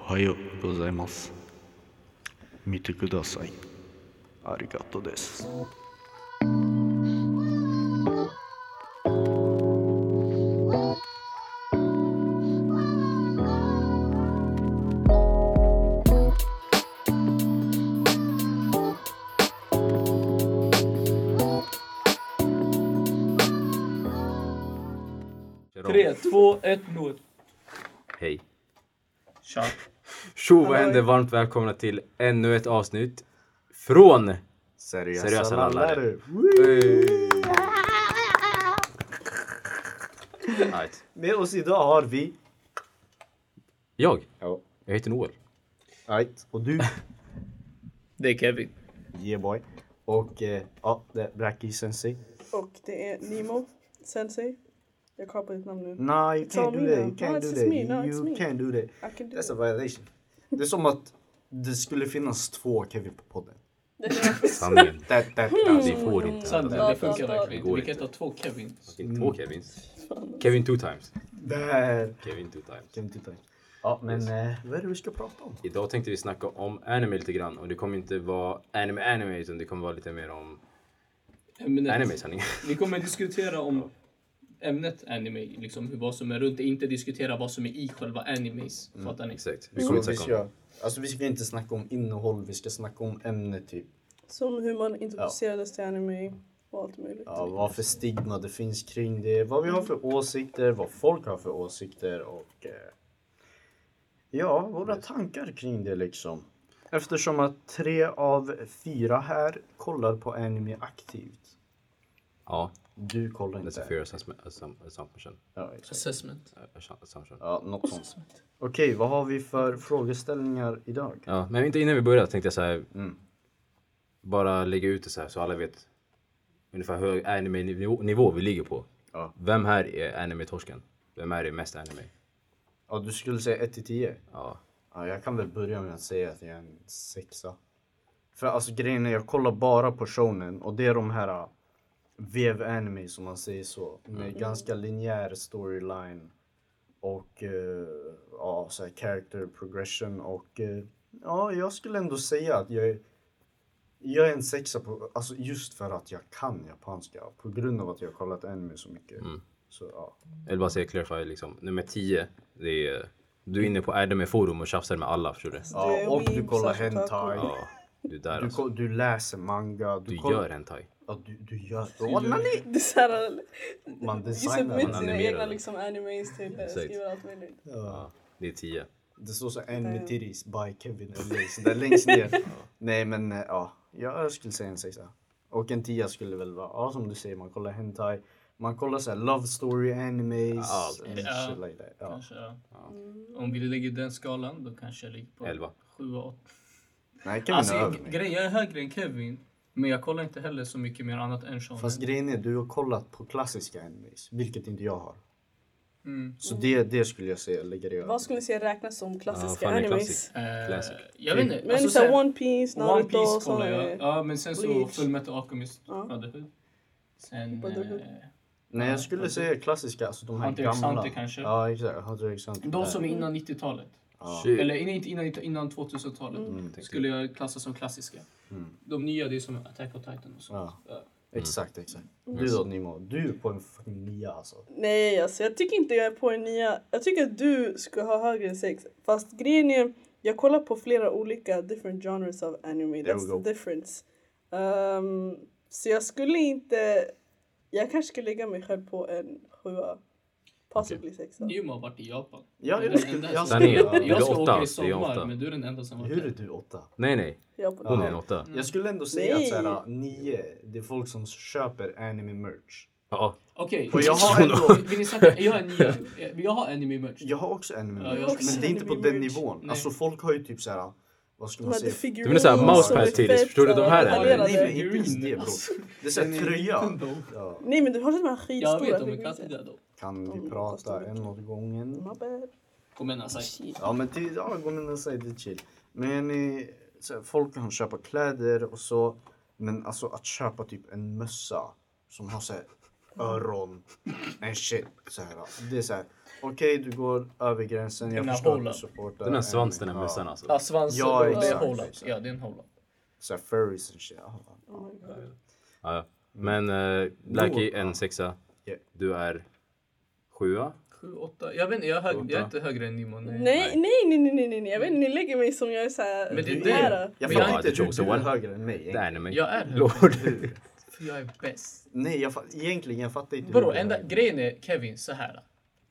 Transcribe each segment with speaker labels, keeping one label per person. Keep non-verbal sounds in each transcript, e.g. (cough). Speaker 1: おはようございます見てくださいありがとうです
Speaker 2: Tre, två, ett, 0.
Speaker 3: Hej.
Speaker 2: Tja.
Speaker 3: Tjo, vad händer? Varmt välkomna till ännu ett avsnitt från
Speaker 1: Seriösa,
Speaker 3: Seriösa lallare. Right.
Speaker 4: Med oss idag har vi...
Speaker 3: Jag?
Speaker 4: Ja.
Speaker 3: Jag heter Noel.
Speaker 4: Right. Och du,
Speaker 2: Det är Kevin.
Speaker 4: yeah boy. Och eh, ja, det är Blackie Sensei.
Speaker 5: Och det är Nemo, Sensei. Jag kapar ditt namn nu.
Speaker 4: No, you
Speaker 5: It's
Speaker 4: can't
Speaker 5: all
Speaker 4: do
Speaker 5: me
Speaker 4: that. You
Speaker 5: now.
Speaker 4: can't
Speaker 5: No, it's
Speaker 4: do
Speaker 5: just
Speaker 4: that.
Speaker 5: me. No, it's
Speaker 4: you
Speaker 5: me.
Speaker 4: can't do that.
Speaker 5: I can do
Speaker 4: That's
Speaker 5: it.
Speaker 4: a violation. Det är som att det skulle finnas två Kevin på podden.
Speaker 3: Sanningen.
Speaker 4: That, that,
Speaker 3: Vi får inte.
Speaker 2: Sanden,
Speaker 3: hända.
Speaker 2: det funkar verkligen inte.
Speaker 3: går
Speaker 2: Vi kan inte ha två Kevin.
Speaker 3: Okej, Två Kevins. Kevin two times.
Speaker 4: Där
Speaker 3: Kevin two times.
Speaker 4: kan vi titta. Ja, men eh, vad är det vi ska prata om?
Speaker 3: Idag tänkte vi snacka om anime lite grann och det kommer inte vara anime anime utan det kommer vara lite mer om
Speaker 2: Ämnet.
Speaker 3: anime sanningen.
Speaker 2: Vi kommer diskutera om ämnet anime, liksom hur- vad som är runt det. Inte diskutera vad som är i själva animes. Fattar ni?
Speaker 3: Exakt. Vi kommer
Speaker 4: vi,
Speaker 3: snacka om
Speaker 4: ska, alltså, vi ska inte snacka om innehåll, vi ska snacka om ämne typ.
Speaker 5: Som hur man introducerades till anime och allt möjligt.
Speaker 4: Ja, vad för stigma det finns kring det, vad vi har för åsikter, vad folk har för åsikter och eh, ja, våra tankar kring det liksom. Eftersom att tre av fyra här kollar på anime aktivt.
Speaker 3: Ja,
Speaker 4: Du kollar
Speaker 3: that's a
Speaker 4: inte.
Speaker 3: fair assessment- assum- assumption.
Speaker 4: Ja, exakt.
Speaker 2: Assessment.
Speaker 3: Assum- assumption.
Speaker 4: ja, något sånt. Okej, vad har vi för frågeställningar idag?
Speaker 3: Ja, men inte innan vi börjar tänkte jag så här.
Speaker 4: Mm.
Speaker 3: Bara lägga ut det så här så alla vet ungefär hur anime-nivå nivå vi ligger på.
Speaker 4: Ja.
Speaker 3: Vem här är anime-torsken? Vem är det mest anime?
Speaker 4: Ja, du skulle säga 1 till 10?
Speaker 3: Ja,
Speaker 4: Ja, jag kan väl börja med att säga att jag är en sexa. För alltså grejen är, jag kollar bara på shonen och det är de här äh, vev-anime som man säger så. Med
Speaker 3: Mm.
Speaker 4: ganska linjär storyline och eh, ja, så här character progression och eh, ja, jag skulle ändå säga att jag är jag är en sexa på, alltså just för att jag kan japanska på grund av att jag har kollat anime så mycket.
Speaker 3: Mm.
Speaker 4: Så ja.
Speaker 3: eller bara säga clarify liksom. Nummer 10, det är... Du är inne på anime-forum och tjafsar med alla, förstår du?
Speaker 5: Du är
Speaker 4: ja och du
Speaker 5: weeb,
Speaker 4: kollar
Speaker 5: slash otaku.
Speaker 4: hentai.
Speaker 3: Ja, du är där
Speaker 4: Du,
Speaker 3: alltså.
Speaker 4: ko- du läser manga.
Speaker 3: Du
Speaker 4: kollar-
Speaker 3: gör hentai.
Speaker 4: Ja, du, du gör det. Man,
Speaker 5: Det är såhär,
Speaker 4: man
Speaker 5: Josef
Speaker 4: designar
Speaker 5: Witt
Speaker 4: den.
Speaker 5: sina
Speaker 3: animerar
Speaker 5: egna
Speaker 3: det.
Speaker 5: liksom, animes till eh,
Speaker 3: Exakt.
Speaker 5: skriver allt möjligt.
Speaker 4: Ja.
Speaker 3: Det är 10.
Speaker 4: Det står så Enemy Titties by Kevin L.A. Så där längst
Speaker 2: (laughs)
Speaker 4: ner. Nej men eh, ja, jag skulle säga en sexa. Och en tia skulle väl vara, ja som du säger, man kollar hentai. Man kollar såhär love story animes.
Speaker 3: Allt.
Speaker 4: and
Speaker 2: Ja.
Speaker 4: shit like that. Ja.
Speaker 2: Kanske, ja. Mm. Om vi lägger den skalan, då kanske jag ligger på
Speaker 3: Elva.
Speaker 2: 7 och 8.
Speaker 4: Nej, Kevin
Speaker 2: Alltså,
Speaker 4: är över
Speaker 2: gre-
Speaker 4: mig.
Speaker 2: grejen, jag är högre än Kevin. Men jag kollar inte heller så mycket mer annat än shonen.
Speaker 4: Fast grejen är, du har kollat på klassiska animes, vilket inte jag har.
Speaker 2: Mm.
Speaker 4: Så det, det skulle jag säga lägger det över.
Speaker 5: Vad skulle ni säga räknas som klassiska
Speaker 3: Ja, fan, det är
Speaker 5: animes?
Speaker 3: klassik.
Speaker 2: Eh,
Speaker 3: Classic.
Speaker 2: jag vet inte.
Speaker 5: Men
Speaker 2: alltså,
Speaker 5: så
Speaker 2: så här-
Speaker 5: såhär One Piece,
Speaker 2: One
Speaker 5: Naruto
Speaker 2: Piece
Speaker 5: och
Speaker 2: kollar
Speaker 5: sådana
Speaker 2: jag.
Speaker 5: grejer.
Speaker 2: Ja, men sen så
Speaker 5: Bleach.
Speaker 2: Fullmetal Alchemist
Speaker 5: Ja.
Speaker 2: Brotherhood. Sen...
Speaker 5: Brotherhood.
Speaker 2: Eh,
Speaker 4: Nej jag skulle säga klassiska, alltså de här
Speaker 2: Hunter x
Speaker 4: gamla.
Speaker 2: Hunter kanske?
Speaker 4: Ja exakt, Hunter x Hunter.
Speaker 2: eh, de
Speaker 4: där.
Speaker 2: som är innan 90-talet.
Speaker 4: Ja.
Speaker 3: Shit.
Speaker 2: Eller in- inte innan, 90- innan 2000-talet. Skulle jag klassa som klassiska.
Speaker 4: Mm.
Speaker 2: De nya, det är som Attack on Titan och sånt. Ja.
Speaker 4: Exakt, exakt. Du då Nimo, du är på en fucking nia alltså.
Speaker 5: Nej alltså jag tycker inte jag är på en nia. Jag tycker att du ska ha högre än sex. Fast grejen är, jag kollar på flera olika different genres av anime.
Speaker 4: There we
Speaker 5: That's
Speaker 4: go.
Speaker 5: the difference. Ehm, så jag skulle inte... Jag kanske skulle lägga mig själv på en sjua. Possibly sexa.
Speaker 2: Nimo har varit i Japan.
Speaker 4: Ja,
Speaker 2: Du är
Speaker 4: jag
Speaker 2: den
Speaker 4: skulle-
Speaker 2: enda
Speaker 4: jag
Speaker 2: som-
Speaker 4: skulle-
Speaker 3: Sanningen.
Speaker 2: Jag ska
Speaker 3: Det är åtta.
Speaker 2: åka i
Speaker 3: Det är åtta.
Speaker 2: sommar, men du är den enda som har varit
Speaker 4: Hur är
Speaker 2: där.
Speaker 4: du åtta?
Speaker 2: Mm.
Speaker 3: Nej, nej.
Speaker 5: Jag på
Speaker 3: Hon
Speaker 4: Ja.
Speaker 3: är en 8.
Speaker 4: Jag skulle ändå säga
Speaker 5: Nej.
Speaker 4: att såhär, nio, det är folk som köper anime merch.
Speaker 3: Ja,
Speaker 2: Okej.
Speaker 4: Och jag har ändå,
Speaker 2: Vill ni snacka? Jag är nya. Eh, Jag har anime merch.
Speaker 4: jag har också anime
Speaker 2: Ja, jag
Speaker 4: merch,
Speaker 2: har också
Speaker 4: men det är inte på
Speaker 5: anime
Speaker 4: den
Speaker 5: merch.
Speaker 4: nivån.
Speaker 2: Nej.
Speaker 4: Alltså folk har ju typ såhär, vad ska
Speaker 5: De
Speaker 4: man
Speaker 5: hade
Speaker 4: säga?
Speaker 5: figurer.
Speaker 3: Du menar såhär mousepad till det, förstår du? De här är-
Speaker 4: Nej men inte ens det bro.
Speaker 2: Alltså,
Speaker 4: Det är såhär tröja. Ja,
Speaker 5: Nej men du har sett de här skitstora
Speaker 2: Jag vet, de är
Speaker 5: figurerna.
Speaker 2: kattiga då.
Speaker 4: kan
Speaker 5: Mm,
Speaker 4: vi
Speaker 5: kostar
Speaker 4: prata
Speaker 5: mycket.
Speaker 4: en åt gången?
Speaker 5: My bad.
Speaker 2: Kom igen Asai.
Speaker 4: Ja men till, ja, gå med och säg det är chill. Men eh, så här, folk kan köpa kläder och så. Men alltså att köpa typ en mössa som har så här öron and shit. Så här, alltså, det är så här. Okej, du går över gränsen. Jag
Speaker 2: Den här
Speaker 4: förstår att du
Speaker 2: hålen.
Speaker 4: supportar.
Speaker 3: Den här
Speaker 4: en-
Speaker 3: svansen,
Speaker 4: ja,
Speaker 3: den här mössan alltså.
Speaker 2: Ja, svansen.
Speaker 4: Ja,
Speaker 2: Ja, det är
Speaker 4: exakt,
Speaker 2: hålan.
Speaker 4: exakt.
Speaker 2: Ja, det är en hålan.
Speaker 4: Så här furries and shit. Ja,
Speaker 5: Oh my God.
Speaker 3: Ja, ja. Men uh, Blackie en sexa.
Speaker 4: Ja.
Speaker 3: Du är sjua.
Speaker 2: Sju, åtta. Jag vet inte, jag är, hög, jag är
Speaker 3: Åtta.
Speaker 2: inte högre än Nimo. Nej.
Speaker 5: Nej, nej, nej, nej, nej, nej, nej. Jag vet inte, ni lägger mig som jag är såhär...
Speaker 2: Men det är
Speaker 4: det.
Speaker 5: nära.
Speaker 4: Jag
Speaker 2: Men jag-
Speaker 4: fattar inte.
Speaker 3: det
Speaker 4: Du,
Speaker 3: tog så
Speaker 4: du är
Speaker 3: one.
Speaker 4: högre än mig.
Speaker 3: Det är anime.
Speaker 2: Jag är högre.
Speaker 3: Lord.
Speaker 2: För jag är bäst.
Speaker 4: Nej, jag fa- egentligen jag fattar inte.
Speaker 2: Bro,
Speaker 4: hur det är.
Speaker 2: enda grejen är Kevin, så här.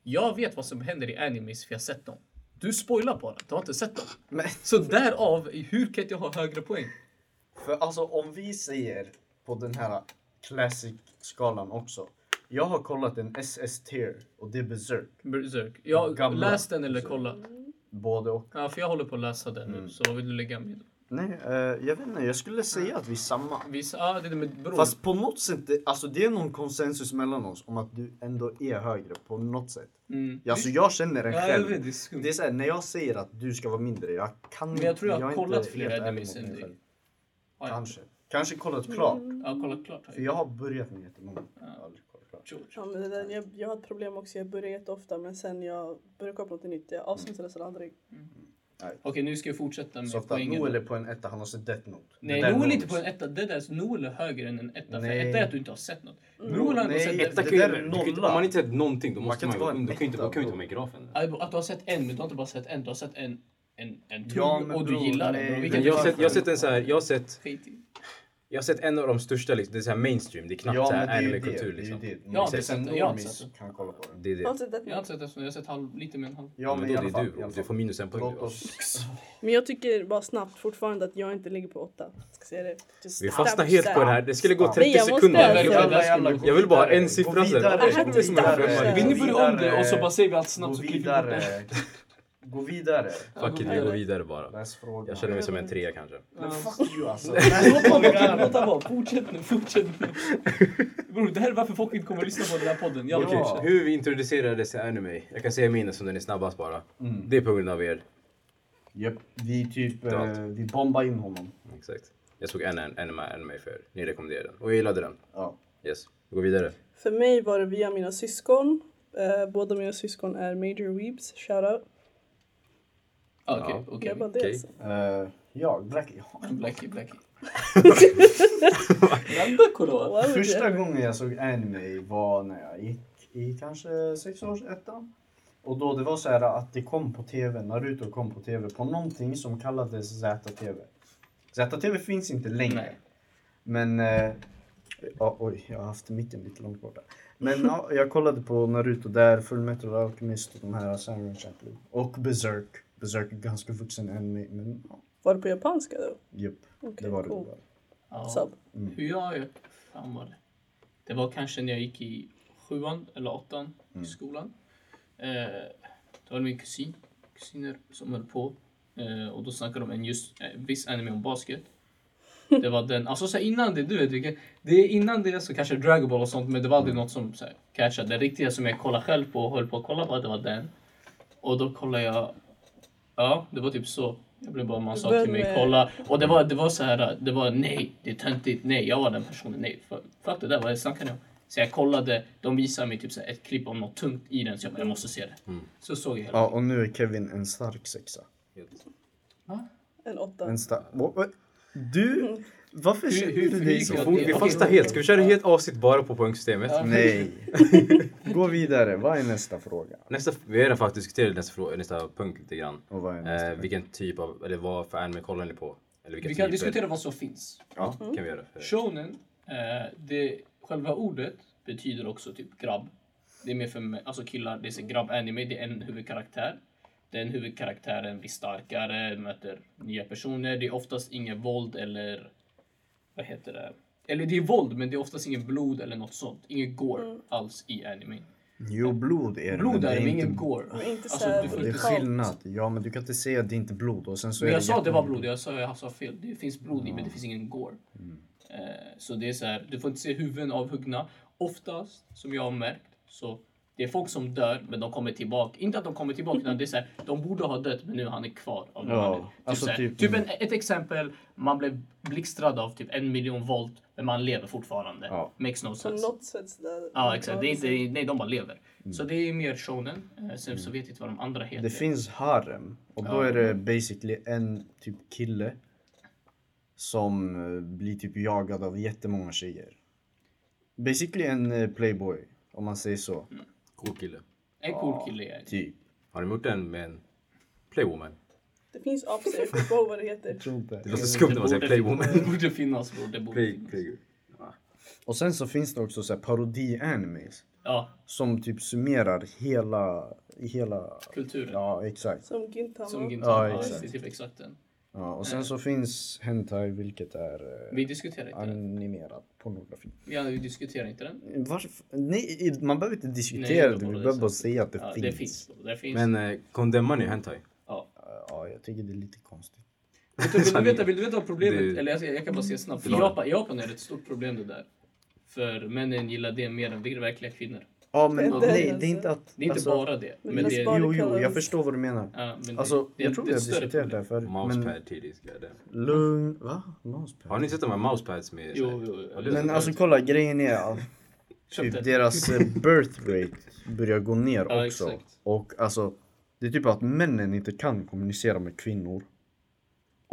Speaker 2: Jag vet vad som händer i animes för jag har sett dem. Du spoilar bara, du har inte sett dem.
Speaker 4: Men
Speaker 2: Så därav, hur kan jag ha högre poäng?
Speaker 4: för alltså om vi säger på den här classic-skalan också. Jag har kollat en SS-tier och det är Berserk.
Speaker 2: Berserk. Jag
Speaker 4: Gamla.
Speaker 2: läst den eller kollat.
Speaker 4: Både och.
Speaker 2: Ja, för jag håller på att läsa den
Speaker 4: Mm.
Speaker 2: nu. Så vad vill du lägga med?
Speaker 4: Nej, eh, jag vet inte. Jag skulle säga att vi är samma.
Speaker 2: Vissa, ja det är med bror.
Speaker 4: Fast på något sätt, det- alltså det är någon konsensus mellan oss om att du ändå är högre på något sätt.
Speaker 2: Mm.
Speaker 4: Alltså jag känner den
Speaker 2: Ja, jag
Speaker 4: själv.
Speaker 2: vet, det är skumt.
Speaker 4: Det är såhär, när jag säger att du ska vara mindre, jag kan
Speaker 2: Men jag tror jag har
Speaker 4: är
Speaker 2: kollat
Speaker 4: inte
Speaker 2: fler
Speaker 4: helt ärlig
Speaker 2: animes
Speaker 4: mot
Speaker 2: än
Speaker 4: mig
Speaker 2: dig.
Speaker 4: själv.
Speaker 2: Ja, Mm. ja.
Speaker 4: Kanske. Kanske kollat klart.
Speaker 2: Ja, kolla klart.
Speaker 4: För jag har börjat med jättemånga. Jag har aldrig kollat klart.
Speaker 5: Ja, men det där, jag, jag har ett problem också, jag börjar jätteofta men sen jag börjar kolla på något nytt. Jag avslutar nästan aldrig.
Speaker 2: Okej, nu ska vi fortsätta med
Speaker 4: Så ofta
Speaker 2: poängen.
Speaker 4: Noel är på en etta, han har sett Death Note.
Speaker 2: Nej,
Speaker 4: Det där
Speaker 2: Noel är inte på
Speaker 4: noll.
Speaker 2: en etta. Det där, Noel är högre än en etta.
Speaker 4: Nej.
Speaker 2: För etta är att du inte har sett något. Noel har ändå
Speaker 4: Nej,
Speaker 2: sett
Speaker 4: etta
Speaker 2: det.
Speaker 4: kan ju- där är
Speaker 3: Du kan ju inte-
Speaker 4: nolla.
Speaker 3: Om man inte sett någonting då
Speaker 4: Man
Speaker 3: måste
Speaker 4: kan
Speaker 3: man
Speaker 4: inte
Speaker 3: ju
Speaker 4: vara en
Speaker 3: du kan ju inte
Speaker 4: etta,
Speaker 3: man kan ju inte
Speaker 4: bro.
Speaker 3: vara med i grafen.
Speaker 2: Alltså, Att du har sett en, men du har inte bara sett en. Du har sett en, en, en tung
Speaker 4: Ja, men
Speaker 2: och du
Speaker 4: bror,
Speaker 2: gillar
Speaker 4: nej.
Speaker 2: den. bro. Vi
Speaker 4: Men
Speaker 2: kan
Speaker 3: Men
Speaker 2: inte
Speaker 3: jag har
Speaker 2: fan
Speaker 3: sett, jag har
Speaker 2: skita
Speaker 3: sett en så här, jag har sett,
Speaker 2: i.
Speaker 3: jag har sett en av de största liksom, det är så här mainstream, det är knappt
Speaker 4: Ja,
Speaker 3: så
Speaker 4: men det
Speaker 3: här
Speaker 4: är ju
Speaker 3: anime-kultur
Speaker 4: det.
Speaker 3: liksom.
Speaker 4: det, är ju det.
Speaker 2: Ja,
Speaker 4: Sen
Speaker 2: det är sant.
Speaker 4: normis
Speaker 2: Jag har inte sett
Speaker 4: kan kolla på den.
Speaker 3: Det är det.
Speaker 5: Jag har inte sett det.
Speaker 2: Jag har inte sett en sån. Jag har sett halv, lite mer än halv.
Speaker 4: Ja,
Speaker 3: men
Speaker 4: men,
Speaker 3: då
Speaker 4: i
Speaker 3: är
Speaker 4: alla
Speaker 3: det
Speaker 4: fall.
Speaker 3: du
Speaker 4: i
Speaker 3: bro,
Speaker 4: alla
Speaker 3: du
Speaker 4: fall.
Speaker 3: får minus en poäng.
Speaker 4: Låt
Speaker 3: du.
Speaker 4: oss...
Speaker 5: Men jag tycker bara snabbt fortfarande att jag inte ligger på åtta. Ska säga det. Just
Speaker 3: Vi
Speaker 5: stab-
Speaker 3: fastnar helt på det här, det skulle gå
Speaker 4: Nej,
Speaker 3: 30
Speaker 5: jag måste-
Speaker 3: sekunder.
Speaker 2: Verkligen.
Speaker 4: Jalla, jalla, gå
Speaker 3: Jag vill bara ha en
Speaker 4: vidare.
Speaker 3: siffra
Speaker 4: Gå
Speaker 3: sen.
Speaker 4: vidare,
Speaker 5: Det här
Speaker 4: gå
Speaker 5: är som en
Speaker 4: vidare,
Speaker 5: femma.
Speaker 2: Vill ni
Speaker 4: gå
Speaker 2: börja om det och så
Speaker 4: vidare,
Speaker 2: bara säger vi allt snabbt
Speaker 4: Gå
Speaker 2: så klipper vi bort det?
Speaker 4: vidare. Gå vidare.
Speaker 3: Fuck it, vi går vidare bara.
Speaker 4: Läs frågan.
Speaker 3: Jag känner mig som en trea kanske.
Speaker 4: Men fuck you alltså.
Speaker 2: Låt honom vara, låt honom vara. Fortsätt nu, fortsätt nu. Bror, det här är varför folk inte kommer att lyssna på den här podden. Jag
Speaker 3: Okej,
Speaker 4: Ja.
Speaker 3: hur vi introducerades till anime. Jag kan säga min som den är snabbast bara.
Speaker 4: Mm.
Speaker 3: Det är på grund av er.
Speaker 4: Japp, vi typ...
Speaker 3: Drat.
Speaker 4: eh, Vi bombar in honom.
Speaker 3: Exakt. Jag såg en, en, en anime för er. Ni rekommenderade den. Och jag gillade den.
Speaker 4: Ja.
Speaker 3: Yes. Vi går vidare.
Speaker 5: För mig var det via mina syskon. Eh, båda mina syskon är major weebs, shoutout.
Speaker 2: Ah, Okej,
Speaker 5: Jag bara
Speaker 2: okej.
Speaker 5: det
Speaker 3: okej.
Speaker 5: alltså.
Speaker 4: Eh, Ja, Blackie.
Speaker 2: Blackie, blackie. Blanda kolla.
Speaker 5: Wow,
Speaker 4: Första
Speaker 5: det-
Speaker 4: gången jag såg anime var när jag gick i kanske sex års ettan. Och då det var så här att det kom på tv, Naruto kom på tv på någonting som kallades ZTV. ZTV finns inte längre.
Speaker 2: Nej.
Speaker 4: Men... Eh, ja, oj, jag har haft micken lite långt borta. Men ja, jag kollade på Naruto där, Fullmetal Alchemist och de här Samurai Champloo. Och Berserk. Berserk är ganska vuxen anime, men ja.
Speaker 5: Var det på japanska då?
Speaker 4: Japp,
Speaker 5: Okej,
Speaker 4: det var det.
Speaker 5: cool.
Speaker 4: det.
Speaker 2: Ja,
Speaker 5: Sub.
Speaker 2: hur jag... gör- Fan var det? Det var kanske när jag gick i sjuan eller åttan i skolan. Eh, då var det min kusin, kusiner som höll på. Eh, och då snackade de om en just eh, viss anime om basket. Det var den, alltså så här, innan det, du vet vilken, det är innan det så kanske Dragon Ball och sånt men det var aldrig något som så här, catchade. Den riktiga som jag kollade själv på och höll på att kolla på det var den. Och då kollade jag, ja det var typ så. Jag blev bara man sa till mig
Speaker 5: Började-
Speaker 2: kolla och det var, det var så här, det var nej, det är töntigt, nej, jag var den personen, nej. Fuck- Fuck det där, vad snackar ni om? Så jag kollade, de visade mig typ så här, ett klipp om något tungt i den så jag bara, jag måste se det. Så såg jag hela.
Speaker 4: Ja, och nu är Kevin en stark sexa.
Speaker 5: En åtta.
Speaker 4: En stark... Vad- vad- Du? Varför känner
Speaker 2: hur-
Speaker 4: du
Speaker 2: hur
Speaker 4: dig
Speaker 2: gick
Speaker 4: så?
Speaker 2: jag?
Speaker 3: Fort, vi
Speaker 2: Okej,
Speaker 3: fastnar
Speaker 2: okej.
Speaker 3: helt. Ska vi köra helt avsnitt bara på poängsystemet?
Speaker 4: Nej. Gå vidare, vad är nästa fråga?
Speaker 3: Nästa, vi har redan faktiskt diskuterat nästa, frå- nästa punkt lite grann.
Speaker 4: Och vad är nästa
Speaker 3: Eh,
Speaker 2: Ehm.
Speaker 4: punkt?
Speaker 3: vilken typ av, eller vad för anime kollar ni på? Eller vilka
Speaker 2: Vi kan
Speaker 4: typ.
Speaker 3: typer?
Speaker 2: diskutera vad som finns.
Speaker 3: Ja, kan vi göra.
Speaker 2: Shonen, eh, det, själva ordet betyder också typ grabb. Det är mer för mig, alltså killar, det är så grabb-anime, det är en huvudkaraktär. Den huvudkaraktären blir starkare, möter nya personer. Det är oftast inget våld eller vad heter det? Eller det är våld, men det är oftast inget blod eller något sånt. Inget gore alls i anime.
Speaker 4: Jo, blod är det. men
Speaker 2: Blod
Speaker 4: det
Speaker 2: är det,
Speaker 4: är
Speaker 2: men
Speaker 4: inte...
Speaker 2: inget gore.
Speaker 5: Men inte så
Speaker 2: Alltså,
Speaker 5: här
Speaker 2: du får
Speaker 4: Det är
Speaker 2: inte-
Speaker 4: skillnad. Ja, men du kan inte säga att det inte är blod och sen så
Speaker 2: Men
Speaker 4: är
Speaker 2: jag sa att det var
Speaker 4: jättemycket-
Speaker 2: blod, jag sa jag sa fel. Det finns blod i men det finns ingen gore.
Speaker 4: Mm.
Speaker 2: Eh, så det är så här, du får inte se huvuden avhuggna. Oftast, som jag har märkt, så det Det är folk som dör, men de kommer tillbaka. Inte att de kommer tillbaka, utan det är så här, de borde ha dött, men nu han är kvar. Av
Speaker 4: Ja,
Speaker 2: ja, typ
Speaker 4: alltså
Speaker 2: så här,
Speaker 4: typ-
Speaker 2: typ, en, ett exempel, man blev blixtrad av typ en miljon volt, men man lever fortfarande.
Speaker 4: Ja.
Speaker 2: Makes no
Speaker 5: På
Speaker 2: sense.
Speaker 5: något sätt där.
Speaker 2: Ja, exakt. Det är inte, nej, de bara lever. Så det är mer shonen. Eh, Sen så vet jag inte vad de andra heter.
Speaker 4: Mm. Det finns harem och då
Speaker 2: Ja.
Speaker 4: är det basically en typ kille som eh, blir typ jagad av jättemånga tjejer. Basically en eh, playboy om man säger så.
Speaker 3: Cool kille.
Speaker 2: en cool kille. är det.
Speaker 4: Typ.
Speaker 3: Har ni gjort den med en playwoman?
Speaker 5: Det finns apor, jag kommer inte ihåg vad det heter.
Speaker 2: (laughs)
Speaker 3: Det
Speaker 2: Eh,
Speaker 3: låter skumt när man säger
Speaker 2: borde-
Speaker 3: playwoman.
Speaker 2: Det (laughs) borde finnas bror. Det
Speaker 3: (laughs)
Speaker 2: borde
Speaker 3: Play,
Speaker 2: finnas.
Speaker 3: play.
Speaker 4: Och sen så finns det också så här parodi-animes
Speaker 2: Ja,
Speaker 4: som typ summerar hela, hela...
Speaker 2: kulturen.
Speaker 4: Ja, exakt.
Speaker 5: Som Gintama.
Speaker 2: Som Gintama.
Speaker 4: Ja,
Speaker 2: Ja,
Speaker 4: exakt.
Speaker 2: Det är typ exakt den.
Speaker 4: Ja, och sen så finns hentai vilket är eh,
Speaker 2: Vi diskuterar inte den.
Speaker 4: animerad pornografi.
Speaker 2: Ja, vi diskuterar inte den.
Speaker 4: Varför? Nej, i- man behöver inte diskutera
Speaker 2: Nej,
Speaker 4: det, vi
Speaker 2: bara
Speaker 4: behöver
Speaker 2: så.
Speaker 4: bara säga att det,
Speaker 2: Ja,
Speaker 4: finns.
Speaker 2: det finns. bror, Det finns.
Speaker 3: Men eh, kondemmar ni hentai?
Speaker 4: (laughs)
Speaker 2: ja.
Speaker 4: Ja, jag tycker det är lite konstigt.
Speaker 2: Vet du-
Speaker 4: Alltså,
Speaker 2: Vill du veta, vill du veta vad problemet
Speaker 3: Det-
Speaker 2: Eller jag, jag kan bara säga snabbt. I
Speaker 3: Det var det.
Speaker 2: Japan, i Japan är det ett stort problem det där. För männen gillar det mer än vi verkliga kvinnor.
Speaker 4: Ja, men
Speaker 5: Det är
Speaker 4: nej,
Speaker 5: den,
Speaker 4: det är inte att...
Speaker 2: Det är inte
Speaker 4: alltså,
Speaker 2: bara det. Men
Speaker 5: det är
Speaker 2: det är...
Speaker 5: bara-
Speaker 4: Jo, jo,
Speaker 5: kallas-
Speaker 4: jag förstår vad du menar.
Speaker 2: Ja, men det-
Speaker 4: Alltså,
Speaker 2: det-
Speaker 4: jag tror vi
Speaker 2: det är
Speaker 4: har
Speaker 2: ett större
Speaker 4: diskuterat det här förut. Men
Speaker 3: Mousepad tidigt. ja, det.
Speaker 4: lugn... Va? Mousepad?
Speaker 3: Har ni sett de här mousepads med?
Speaker 2: Jo, jo, jo.
Speaker 3: Har du sett
Speaker 4: Men
Speaker 3: det?
Speaker 4: alltså kolla, grejen är att
Speaker 2: Köpte.
Speaker 4: typ deras eh, birth rate börjar gå ner
Speaker 2: Ja,
Speaker 4: också.
Speaker 2: exakt.
Speaker 4: Och alltså, det är typ att männen inte kan kommunicera med kvinnor.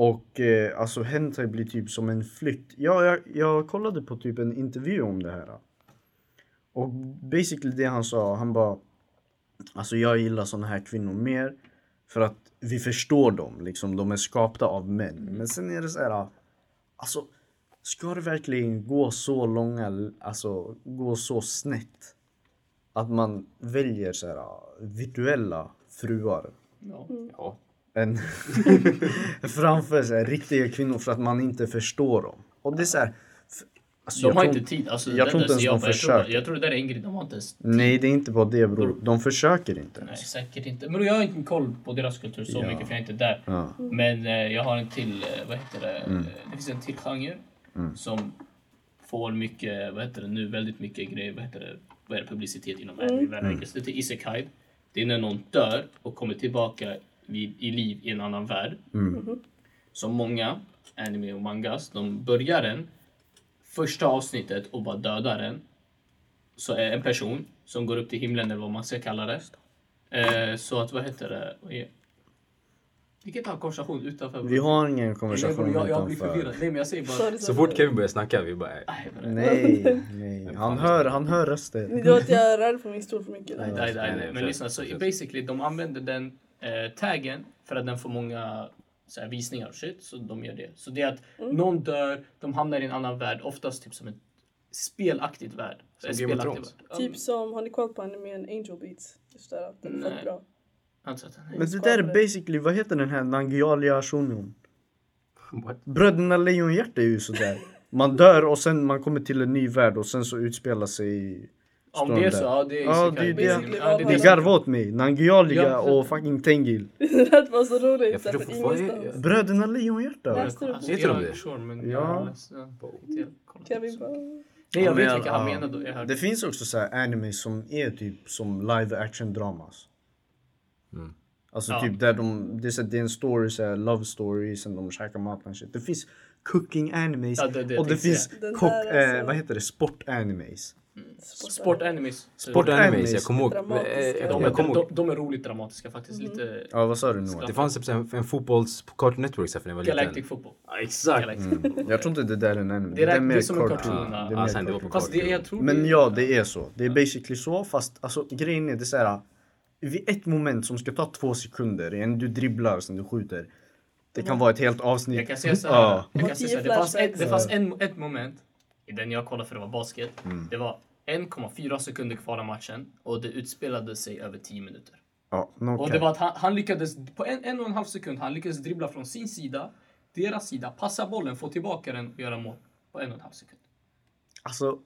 Speaker 4: Och eh, alltså hentai blir typ som en flykt. Ja, jag, jag kollade på typ en intervju om det här. Och basically det han sa, han bara Alltså jag gillar såna här kvinnor mer för att vi förstår dem, liksom de är skapta av män. Men sen är det så här, alltså Ska det verkligen gå så långa, alltså gå så snett? Att man väljer så här virtuella fruar
Speaker 2: Ja.
Speaker 3: Ja.
Speaker 2: (laughs)
Speaker 4: än framför så här, riktiga kvinnor för att man inte förstår dem. Och det är så här, f- alltså,
Speaker 2: De
Speaker 4: jag
Speaker 2: har
Speaker 4: tror-
Speaker 2: inte tid. Alltså,
Speaker 4: jag
Speaker 2: det
Speaker 4: tror
Speaker 2: där
Speaker 4: inte ens
Speaker 2: ser
Speaker 4: de
Speaker 2: på. jag, tror,
Speaker 4: försöker.
Speaker 2: jag tror det där är Ingrid. De har inte ens...
Speaker 4: Nej, det är inte bara det bror. De försöker inte
Speaker 2: Nej,
Speaker 4: ens.
Speaker 2: säkert inte. Men jag har inte koll på deras kultur så
Speaker 4: Ja.
Speaker 2: mycket för jag är inte där.
Speaker 4: Ja. Mm.
Speaker 2: Men eh, jag har en till, eh, vad heter det, Eh, det finns en till genre som får mycket, vad heter det nu, väldigt mycket grejer, vad heter det, vad är det publicitet inom anime mm. världen. Det heter isekai. Det är när någon dör och kommer tillbaka vid, i liv i en annan värld.
Speaker 4: Mm.
Speaker 2: Som många anime och mangas, de börjar den första avsnittet och bara dödar den. Så är en person som går upp till himlen eller vad man ska kalla det. Eh, så att vad heter det? Vad är- Vi kan ta en konversation utanför.
Speaker 4: Vi har ingen
Speaker 2: Nej,
Speaker 4: konversation
Speaker 2: men jag, jag blir förvirrad.
Speaker 4: utanför.
Speaker 2: Nej, men jag säger bara...
Speaker 5: Sorry,
Speaker 3: Så
Speaker 5: sorry.
Speaker 3: fort Kevin börjar snacka, vi bara... eh,
Speaker 2: (laughs) Nej, men-
Speaker 4: Nej, nej. Han hör, han hör röster.
Speaker 5: Det var att jag rörde på min stol för mycket.
Speaker 2: Nej,
Speaker 5: där.
Speaker 2: nej, nej,
Speaker 3: nej,
Speaker 2: Men
Speaker 3: precis,
Speaker 2: lyssna, så
Speaker 3: precis.
Speaker 2: basically de använder den eh, taggen för att den får många så här, visningar och shit, så de gör det. Så det är att
Speaker 5: Mm.
Speaker 2: någon dör, de hamnar i en annan värld, oftast typ som en spelaktigt värld.
Speaker 3: Som
Speaker 2: En
Speaker 3: Game of
Speaker 2: spelaktig
Speaker 3: Thrones.
Speaker 2: värld. Ja,
Speaker 5: Typ som, har ni koll på animen Angel Beats? Just där, den är
Speaker 2: Nej.
Speaker 5: fett bra. (laughs)
Speaker 2: alltså att- nej.
Speaker 4: Men det där är basically, vad heter den här Nangialia Shunon?
Speaker 3: What?
Speaker 4: Bröderna Lejonhjärta är ju sådär. Man dör och sen man kommer till en ny värld och sen så utspelar sig... i-
Speaker 2: Ja, Om det är
Speaker 4: står
Speaker 2: så,
Speaker 4: där.
Speaker 2: ja det är
Speaker 4: Ja,
Speaker 2: isekai.
Speaker 4: det är det.
Speaker 2: Basically, ja, det är
Speaker 4: Ni
Speaker 2: det.
Speaker 4: garvar åt mig. Nangialia
Speaker 2: Ja, för-
Speaker 4: och fucking Tengil.
Speaker 5: Det lät bara så
Speaker 3: Jag
Speaker 5: roligt. så
Speaker 3: förstår
Speaker 5: här,
Speaker 3: för-
Speaker 5: från
Speaker 3: vad är-
Speaker 5: ingenstans.
Speaker 4: Bröderna Lejonhjärta?
Speaker 5: Läste du på?
Speaker 2: Alltså,
Speaker 3: Heter de
Speaker 2: jag är
Speaker 3: det?
Speaker 2: Sure, men
Speaker 4: Ja.
Speaker 2: jag läste- inte jag kollat.
Speaker 5: Kevin bara...
Speaker 2: Nej, jag
Speaker 4: Ja, men
Speaker 2: vet
Speaker 4: jag-
Speaker 2: vilka han
Speaker 4: ja.
Speaker 2: menar då. Jag hörde.
Speaker 4: Det finns också så här anime som är typ som live action dramas.
Speaker 3: Mm.
Speaker 4: Alltså
Speaker 2: Ja.
Speaker 4: typ där de, det är, så här, det är en story, så här, love story, sen de käkar mat och shit. Det finns cooking animes
Speaker 2: Ja, det- det
Speaker 4: och det
Speaker 2: tänkte jag.
Speaker 4: finns
Speaker 5: Den
Speaker 4: kock,
Speaker 5: där alltså.
Speaker 4: eh, vad heter det, sport animes.
Speaker 2: Sport animes.
Speaker 3: Sport
Speaker 4: Sport
Speaker 3: animes,
Speaker 4: animes.
Speaker 3: jag kommer ihåg.
Speaker 5: Dramatiska.
Speaker 3: eh,
Speaker 2: De är,
Speaker 3: Jag kommer
Speaker 2: de,
Speaker 3: ihåg.
Speaker 2: de är roligt dramatiska faktiskt. Lite
Speaker 4: Ja vad sa du Noah?
Speaker 3: Det fanns typ en, en fotbolls... På Cartoon Network så här, för när jag var
Speaker 2: Galactic
Speaker 3: liten.
Speaker 2: football.
Speaker 3: Ja, exakt!
Speaker 2: Galactic football.
Speaker 4: Mm. Jag tror inte det där är en anime.
Speaker 2: Det är
Speaker 4: där
Speaker 2: det- det är som en
Speaker 4: cartoon.
Speaker 2: cartoon,
Speaker 4: Det är
Speaker 2: ja.
Speaker 4: mer
Speaker 3: Alltså, det var
Speaker 4: cartoon.
Speaker 3: på
Speaker 2: Fast det, jag tror
Speaker 4: Men
Speaker 2: det-
Speaker 4: ja, det är så. Det är basically så, fast alltså, grejen är det så här. Vid ett moment som ska ta två sekunder, en du dribblar, sen du skjuter. Det kan vara ett helt avsnitt.
Speaker 2: Mm. Jag kan säga så här.
Speaker 4: Ja.
Speaker 2: Jag
Speaker 5: Och
Speaker 2: kan säga så här.
Speaker 5: tio
Speaker 2: Det fanns, ett,
Speaker 5: flashbacks.
Speaker 2: det fanns en, ett moment i den jag kollade för det var basket.
Speaker 4: Mm.
Speaker 2: Det var 1,4 sekunder kvar av matchen och det utspelade sig över 10 minuter.
Speaker 4: Ja, no
Speaker 2: Och
Speaker 4: cap.
Speaker 2: det var att han, han lyckades, på en, en och en halv sekund, han lyckades dribbla från sin sida, deras sida, passa bollen, få tillbaka den och göra mål. På en och en halv sekund.
Speaker 4: Alltså,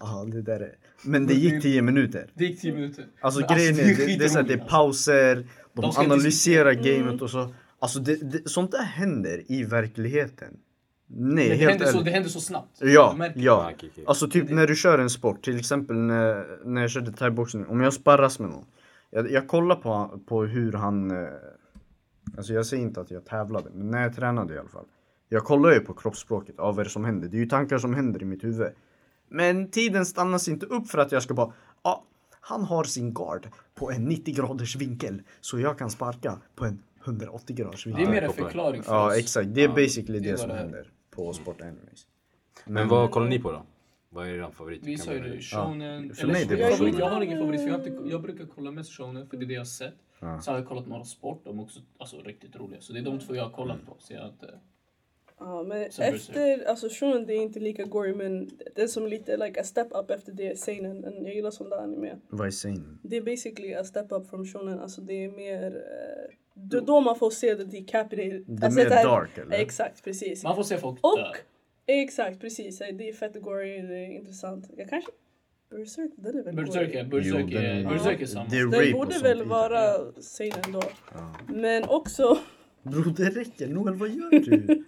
Speaker 4: ja, det där är... Men det gick tio minuter.
Speaker 2: Det gick 10 minuter.
Speaker 4: Alltså
Speaker 2: Men
Speaker 4: grejen är, det, det, är så här, det
Speaker 2: skitroligt,
Speaker 4: är pauser, de,
Speaker 2: alltså. De ska Mm.
Speaker 4: analyserar gamet och så. Alltså det, det, sånt där händer i verkligheten. Nej,
Speaker 2: Men det,
Speaker 4: helt
Speaker 2: händer så, det
Speaker 4: ärligt.
Speaker 2: händer så snabbt. Du
Speaker 4: Ja,
Speaker 2: märker-
Speaker 3: Ah,
Speaker 4: ja.
Speaker 3: okej, okej.
Speaker 4: Alltså typ när du kör en sport, till exempel när, när jag körde thaiboxning, om jag sparras med någon. Jag, jag kollar på, på hur han, eh, alltså jag säger inte att jag tävlade, men när jag tränade i alla fall. Jag kollar ju på kroppsspråket, av vad är det som händer? Det är ju tankar som händer i mitt huvud. Men tiden stannas inte upp för att jag ska bara, ja, ah, han har sin guard på en 90 graders vinkel, så jag kan sparka på en 180 graders
Speaker 2: Det är
Speaker 4: vinkel.
Speaker 2: mer en
Speaker 3: kopplar.
Speaker 2: förklaring för
Speaker 4: Ja,
Speaker 2: oss.
Speaker 4: exakt. Det är basically
Speaker 2: det
Speaker 4: det,
Speaker 2: var
Speaker 4: som
Speaker 2: det.
Speaker 4: händer på sport animes.
Speaker 3: Men vad kollar ni på då? Vad är er favorit?
Speaker 2: Vi sa ju det, shonen.
Speaker 4: För mig
Speaker 2: eller,
Speaker 4: det
Speaker 5: var
Speaker 2: jag,
Speaker 5: shonen.
Speaker 2: jag har ingen favorit, för jag, har inte, jag brukar kolla mest shonen för det är det jag har sett. Sen har jag kollat några sport, de är också alltså, riktigt roliga. Så det är de två jag har
Speaker 4: Mm.
Speaker 2: kollat på. Så jag har inte...
Speaker 5: Ja, men
Speaker 2: Som du
Speaker 5: efter, alltså shunon det är inte lika gory men det är som lite like a step up efter det är seinen. And Jag gillar sån där anime.
Speaker 4: Vad är seinen?
Speaker 5: Det är basically a step up from shonen, alltså det är mer... eh, Då, då man får se det decapitated. alltså,
Speaker 4: Det är mer dark eller?
Speaker 5: Exakt, precis.
Speaker 2: Man får se folk eh,
Speaker 5: Och,
Speaker 2: dö.
Speaker 5: exakt precis, Eh, det är fett gory, det är intressant. Jag kanske... Berserk, den är väl
Speaker 2: Berserk
Speaker 5: gory?
Speaker 2: är, berserk
Speaker 4: Jo, den-
Speaker 2: är, berserk är samma.
Speaker 4: Det är rape
Speaker 5: Den
Speaker 4: och
Speaker 5: borde
Speaker 4: sånt i
Speaker 5: väl
Speaker 4: den.
Speaker 5: vara seinen då. Men också...
Speaker 4: Bro det räcker, Noel vad gör du?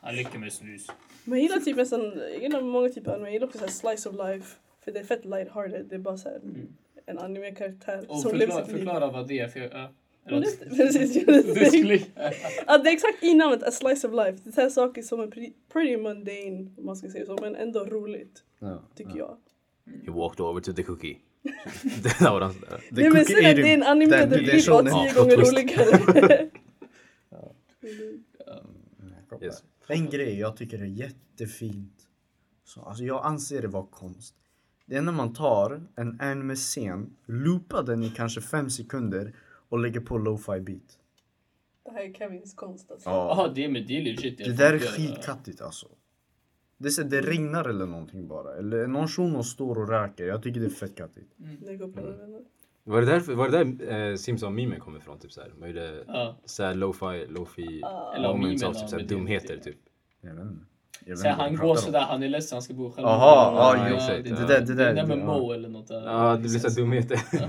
Speaker 2: Han leker med snus.
Speaker 5: Men jag gillar typ nästan, jag gillar många typer av anime, jag gillar också så här slice of life. För det är fett lighthearted, det är bara så här en anime-karaktär
Speaker 2: Och
Speaker 5: som
Speaker 2: förklara,
Speaker 5: liksom- lever sitt liv.
Speaker 2: förklara vad det är för jag... Äh,
Speaker 5: Men
Speaker 2: eller,
Speaker 5: det-
Speaker 2: (laughs)
Speaker 5: Precis, jag tänkte-
Speaker 2: det skulle,
Speaker 5: Ja, det är exakt i namnet, a slice of life. Det är så här saker som är pre- pretty mundane, om man ska säga så, men ändå roligt,
Speaker 4: ja.
Speaker 5: tycker jag.
Speaker 3: He walked over to the cookie. (laughs) det var den där.
Speaker 4: The
Speaker 5: Nej men
Speaker 4: cookie
Speaker 5: sen att det är
Speaker 4: eating-
Speaker 5: en anime
Speaker 4: den-
Speaker 5: där det
Speaker 4: den
Speaker 5: blir bara
Speaker 4: shonen.
Speaker 5: tio
Speaker 3: Ja,
Speaker 5: gånger
Speaker 3: twist.
Speaker 5: roligare. (laughs)
Speaker 3: Yes.
Speaker 4: En grej jag tycker är jättefint. Så, alltså, jag anser det vara konst. Det är när man tar en anime-scen, loopar den i kanske fem sekunder och lägger på lo-fi beat.
Speaker 5: Det här är Kevins konst alltså.
Speaker 2: Jaha, det, men det är legit.
Speaker 4: Det där är skitkattigt alltså. Det, är så, det regnar eller någonting bara. Eller någon shuno står och röker. Jag tycker det är fett kattigt.
Speaker 5: När jag går på mina vänner.
Speaker 3: Var det där, var det där eh, Simpsons-memen kommer ifrån? Typ såhär, man gjorde
Speaker 2: Ja.
Speaker 3: såhär lo-fi, lo-fi
Speaker 2: Eller
Speaker 3: moments
Speaker 2: memen,
Speaker 3: av typ såhär
Speaker 2: ja, men det-
Speaker 3: dumheter typ.
Speaker 4: Jag vet inte. Jag vet
Speaker 2: Så
Speaker 4: inte vad
Speaker 2: han
Speaker 4: du
Speaker 2: går
Speaker 4: pratar om.
Speaker 2: sådär, han är ledsen, han ska bo själv.
Speaker 4: Jaha, ja,
Speaker 3: Ja,
Speaker 4: just
Speaker 3: exakt,
Speaker 4: det.
Speaker 3: ja.
Speaker 4: Det där, det där.
Speaker 2: Det där med
Speaker 4: ja.
Speaker 2: Mo eller något där.
Speaker 3: Ja, det blir såhär dumheter.
Speaker 4: Mm,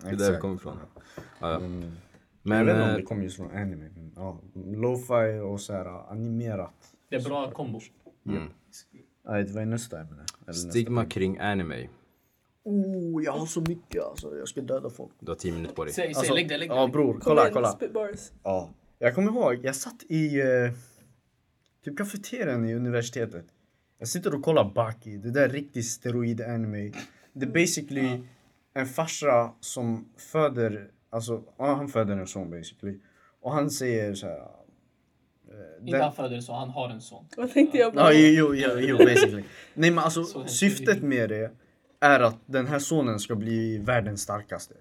Speaker 3: det där
Speaker 4: exakt.
Speaker 3: kommer ifrån. Ja, ja.
Speaker 4: Jag
Speaker 3: Men
Speaker 4: vet inte om det
Speaker 3: eh,
Speaker 4: kommer just från anime. Men, ja, lo-fi och så här eh, animerat.
Speaker 2: Det är bra kombo.
Speaker 4: Nej, det var ju nästa ämne. Eller
Speaker 3: stigma kring anime.
Speaker 4: Oh, jag har så mycket alltså. Jag ska döda folk.
Speaker 3: Du har 10 minuter på dig.
Speaker 2: Säg, säg,
Speaker 4: Alltså,
Speaker 2: lägg det, lägg det.
Speaker 4: Ja, bror.
Speaker 5: Kom
Speaker 4: Kolla,
Speaker 5: igen,
Speaker 4: kolla.
Speaker 5: spit bars.
Speaker 4: Ja. Jag kommer ihåg, jag satt i eh, typ kafeterian i universitetet. Jag sitter och kollar Baki, det där riktigt steroid anime. Det är basically en farsa som föder, alltså ja, han föder en son basically. Och han säger så här. eh,
Speaker 2: Inte
Speaker 4: den-
Speaker 2: han föder så, han har en son.
Speaker 5: Vad tänkte jag
Speaker 4: Ja,
Speaker 5: bara?
Speaker 4: jo, jo, jo, jo basically. Nej men
Speaker 2: Så
Speaker 4: alltså
Speaker 2: hemskt.
Speaker 4: syftet med det är att den här sonen ska bli världens starkaste.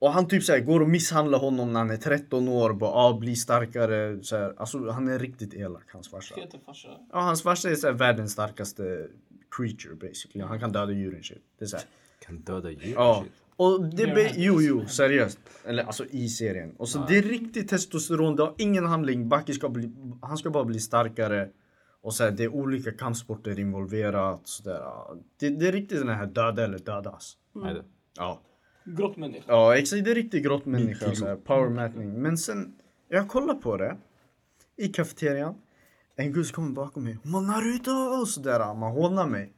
Speaker 4: Och han typ såhär går och misshandlar honom när han är 13 år, bara ah, bli starkare. Så här. Alltså han är riktigt elak hans farsa.
Speaker 2: Peter farsa.
Speaker 4: Ja hans farsa är såhär världens starkaste creature basically. Han kan döda djuren shit. Det är såhär.
Speaker 3: Kan döda djur.
Speaker 4: Ja.
Speaker 3: typ shit.
Speaker 4: Och det
Speaker 2: Mer
Speaker 4: be-
Speaker 2: hänsyn.
Speaker 4: jo, jo, seriöst. Eller alltså i serien. Och så det är riktigt testosteron, det har ingen handling. Baki ska bli, han ska bara bli starkare. Och så här, det är olika kampsporter involverat. Så där. Det, det är riktigt den här döda eller dödas.
Speaker 3: Nej, det-
Speaker 4: Ja.
Speaker 2: Grottmänniska.
Speaker 4: Ja, exakt. Det är riktigt grått människa. Så här, power matching. Men sen, jag kollar på det i kafeterian. En gud kommer bakom mig. Hon bara, Naruto! Och sådär. Man hånar mig.